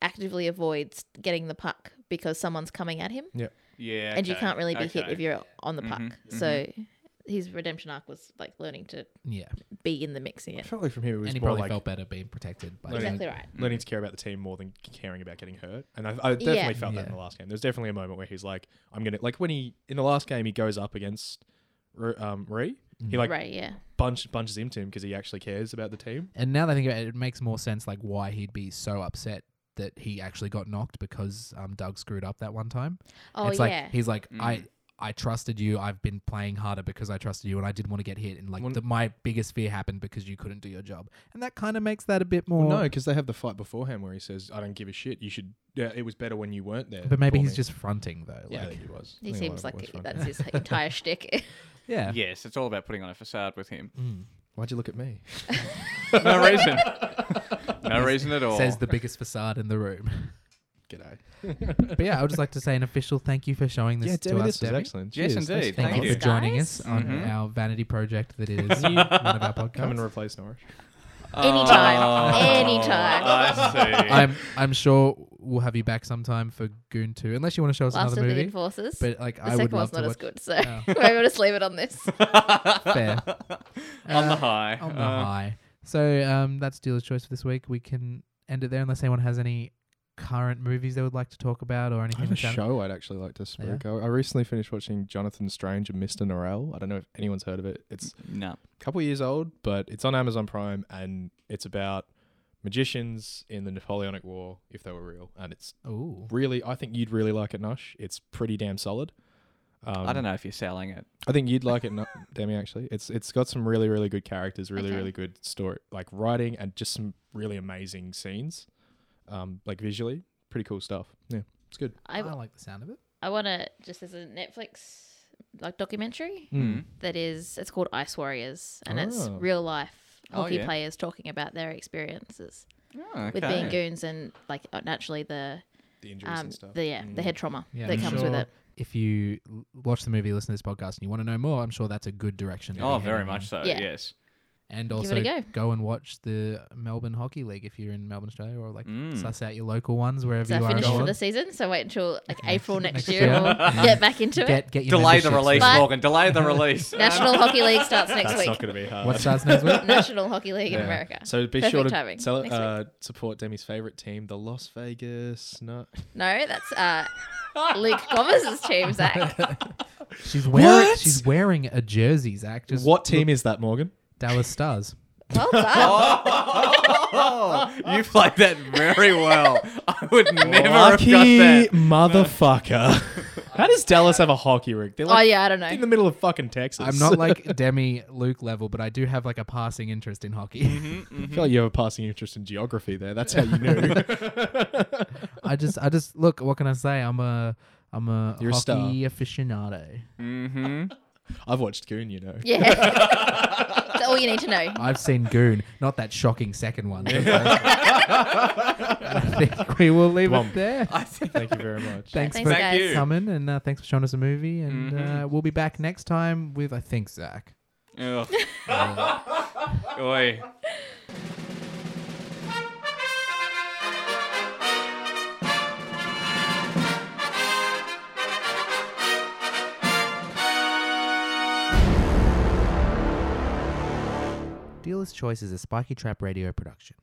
Speaker 1: actively avoids getting the puck because someone's coming at him,
Speaker 3: yeah,
Speaker 1: and you
Speaker 3: okay,
Speaker 1: can't really be hit
Speaker 3: okay.
Speaker 1: if you're on the puck.
Speaker 3: Mhm,
Speaker 1: So his redemption arc was like learning to
Speaker 4: Yeah,
Speaker 1: be in the mix
Speaker 2: I
Speaker 1: again.
Speaker 2: felt like from him it was
Speaker 4: and he
Speaker 2: more
Speaker 4: probably
Speaker 2: like
Speaker 4: felt better being protected. By
Speaker 2: Like-
Speaker 4: the-
Speaker 1: Exactly right.
Speaker 2: learning to care about the team more than caring about getting hurt. And I, I definitely
Speaker 1: Yeah.
Speaker 2: felt that in
Speaker 4: Yeah.
Speaker 2: the last game. There's definitely a moment where he's like, "I'm gonna like when he in the last game he goes up against Ru- um, Ree. He like
Speaker 1: right. Yeah.
Speaker 2: bunch bunches into him because he actually cares about the team.
Speaker 4: And now that I think about it, it makes more sense like why he'd be so upset that he actually got knocked because um, Doug screwed up that one time.
Speaker 1: Oh
Speaker 4: it's like
Speaker 1: yeah.
Speaker 4: he's like
Speaker 2: Mm.
Speaker 4: I I trusted you. I've been playing harder because I trusted you, and I didn't want to get hit. And like
Speaker 2: Well-
Speaker 4: the, my biggest fear happened because you couldn't do your job, and that kind of makes that a bit more.
Speaker 2: Well, no, because they have the fight beforehand where he says, "I don't give a shit. You should. Yeah, it was better when you weren't there."
Speaker 4: but maybe
Speaker 2: for
Speaker 4: he's
Speaker 2: me."
Speaker 4: just fronting though.
Speaker 2: Yeah, I
Speaker 4: Like,
Speaker 2: think he was. I
Speaker 1: he
Speaker 2: think a lot
Speaker 1: seems
Speaker 2: of it
Speaker 1: like
Speaker 2: was from-
Speaker 1: that's his entire shtick.
Speaker 4: yeah.
Speaker 3: Yes, it's all about putting on a facade with him.
Speaker 4: Mm.
Speaker 2: Why'd you look at me?
Speaker 3: No reason. no reason at all.
Speaker 4: Says the biggest facade in the room.
Speaker 2: G'day.
Speaker 4: but yeah, I would just like to say an official thank you for showing this
Speaker 2: yeah,
Speaker 4: to
Speaker 2: Demi,
Speaker 4: us,
Speaker 2: this was
Speaker 4: Demi.
Speaker 2: excellent.
Speaker 3: Yes,
Speaker 2: Cheers. Thanks,
Speaker 3: indeed.
Speaker 2: Demi.
Speaker 4: Thank, you for
Speaker 1: Thanks,
Speaker 4: joining
Speaker 1: guys.
Speaker 4: us on
Speaker 3: Mhm.
Speaker 4: our vanity project that is one of our podcasts.
Speaker 2: Come and replace Norris.
Speaker 1: Anytime.
Speaker 3: Oh,
Speaker 1: Anytime.
Speaker 3: I see.
Speaker 4: I'm I'm sure we'll have you back sometime for Goon 2, unless you want to show us
Speaker 1: Last of
Speaker 4: another
Speaker 1: the
Speaker 4: movie.
Speaker 1: enforcers.
Speaker 4: But like,
Speaker 1: the
Speaker 4: I
Speaker 1: second
Speaker 4: would
Speaker 1: one's
Speaker 4: love to
Speaker 1: not as
Speaker 4: watch.
Speaker 1: good, so
Speaker 4: Oh.
Speaker 1: maybe we'll just leave it on this.
Speaker 4: Fair.
Speaker 3: on the
Speaker 4: Uh,
Speaker 3: high.
Speaker 4: on the
Speaker 3: Uh,
Speaker 4: high. So um, that's dealer's choice for this week. We can end it there unless anyone has any current movies they would like to talk about or
Speaker 2: I
Speaker 4: anything.
Speaker 2: have a
Speaker 4: like that.
Speaker 2: show I'd actually like to speak. I I recently finished watching Jonathan Strange and Mr. Norrell. I don't know if anyone's heard of it. It's
Speaker 3: No.
Speaker 2: a couple years old, but it's on Amazon Prime and it's about magicians in the Napoleonic War, if they were real. And it's
Speaker 4: Ooh.
Speaker 2: really, I think you'd really like it, Nush. It's pretty damn solid. Um,
Speaker 3: I don't know if you're selling it.
Speaker 2: I think you'd like it, Nu- Demi. Actually, it's it's got some really really good characters, really
Speaker 1: Okay.
Speaker 2: really good story, like writing, and just some really amazing scenes, um, like visually, pretty cool stuff. Yeah, it's good.
Speaker 4: I,
Speaker 1: I,
Speaker 4: like the sound of it.
Speaker 1: I want to just as a Netflix like documentary
Speaker 4: Hmm.
Speaker 3: Mm.
Speaker 1: that is it's called Ice Warriors and it's
Speaker 2: Oh.
Speaker 1: real life
Speaker 3: Oh,
Speaker 1: hockey
Speaker 3: yeah.
Speaker 1: players talking about their experiences
Speaker 3: Oh, okay.
Speaker 1: with being goons and like uh, naturally the
Speaker 2: The injuries
Speaker 1: um
Speaker 2: and stuff. Mm.
Speaker 1: the yeah the head trauma
Speaker 4: Yeah,
Speaker 1: that
Speaker 4: I'm
Speaker 1: comes with
Speaker 4: sure
Speaker 1: it.
Speaker 4: If you l- watch the movie, listen to this podcast, and you want to know more, I'm sure that's a good direction. to be
Speaker 3: Oh,
Speaker 4: heading
Speaker 3: very
Speaker 4: in.
Speaker 3: much so.
Speaker 1: Yeah.
Speaker 3: Yes.
Speaker 4: And
Speaker 1: Give it
Speaker 4: also
Speaker 1: a go.
Speaker 4: and watch the Melbourne Hockey League if you're in Melbourne, Australia, or like
Speaker 3: Mm.
Speaker 4: suss out your local ones wherever
Speaker 1: So I
Speaker 4: you are. in
Speaker 1: finished for
Speaker 4: Melbourne.
Speaker 1: the season, so wait until like
Speaker 4: Yeah.
Speaker 1: April
Speaker 4: Next
Speaker 1: next
Speaker 4: year.
Speaker 1: year we'll get back into it.
Speaker 4: Get, get your
Speaker 3: Delay the
Speaker 4: memberships,
Speaker 3: release,
Speaker 4: right?
Speaker 1: But-
Speaker 3: Morgan. Delay the release.
Speaker 1: National Hockey League starts next
Speaker 2: That's
Speaker 1: week.
Speaker 2: not going to be hard.
Speaker 4: What starts next week?
Speaker 1: National Hockey League
Speaker 2: Yeah.
Speaker 1: in America.
Speaker 2: So be
Speaker 1: Perfect
Speaker 2: sure to
Speaker 1: timing.
Speaker 2: sell-
Speaker 1: Next week.
Speaker 2: uh, support Demi's favorite team, the Las Vegas. No,
Speaker 1: No, that's uh, Luke Gomez's team, Zach.
Speaker 4: She's wearing
Speaker 2: What?
Speaker 4: she's wearing a jersey, Zach. Just
Speaker 2: what team is that, Morgan?
Speaker 4: Dallas Stars.
Speaker 1: Well done.
Speaker 3: Oh, you played that very well. I would never have got that.
Speaker 2: motherfucker. How does Dallas have a hockey rink? They're
Speaker 1: oh
Speaker 2: like
Speaker 1: yeah, I don't know.
Speaker 2: in the middle of fucking Texas.
Speaker 4: I'm not like Demi Luke level, but I do have like a passing interest in hockey.
Speaker 2: I feel like you have a passing interest in geography there. That's how you knew.
Speaker 4: I just, I just look. What can I say? I'm a, I'm a
Speaker 2: You're a star.
Speaker 4: hockey aficionado.
Speaker 3: Mm-hmm.
Speaker 2: I've watched Goon, you know.
Speaker 1: yeah, that's all you need to know.
Speaker 4: I've seen Goon, not that shocking second one. I think we will leave
Speaker 2: Dwomp.
Speaker 4: it there.
Speaker 2: Thank you very much.
Speaker 4: Thanks,
Speaker 1: Thanks,
Speaker 4: for
Speaker 1: guys.
Speaker 3: you.
Speaker 4: coming, and uh, thanks for showing us a movie. And
Speaker 3: Mhm.
Speaker 2: Mm-hmm.
Speaker 4: uh, we'll be back next time with, I think, Zach.
Speaker 3: Ugh. Oi.
Speaker 4: Dealer's Choice is a Spiky Trap Radio production.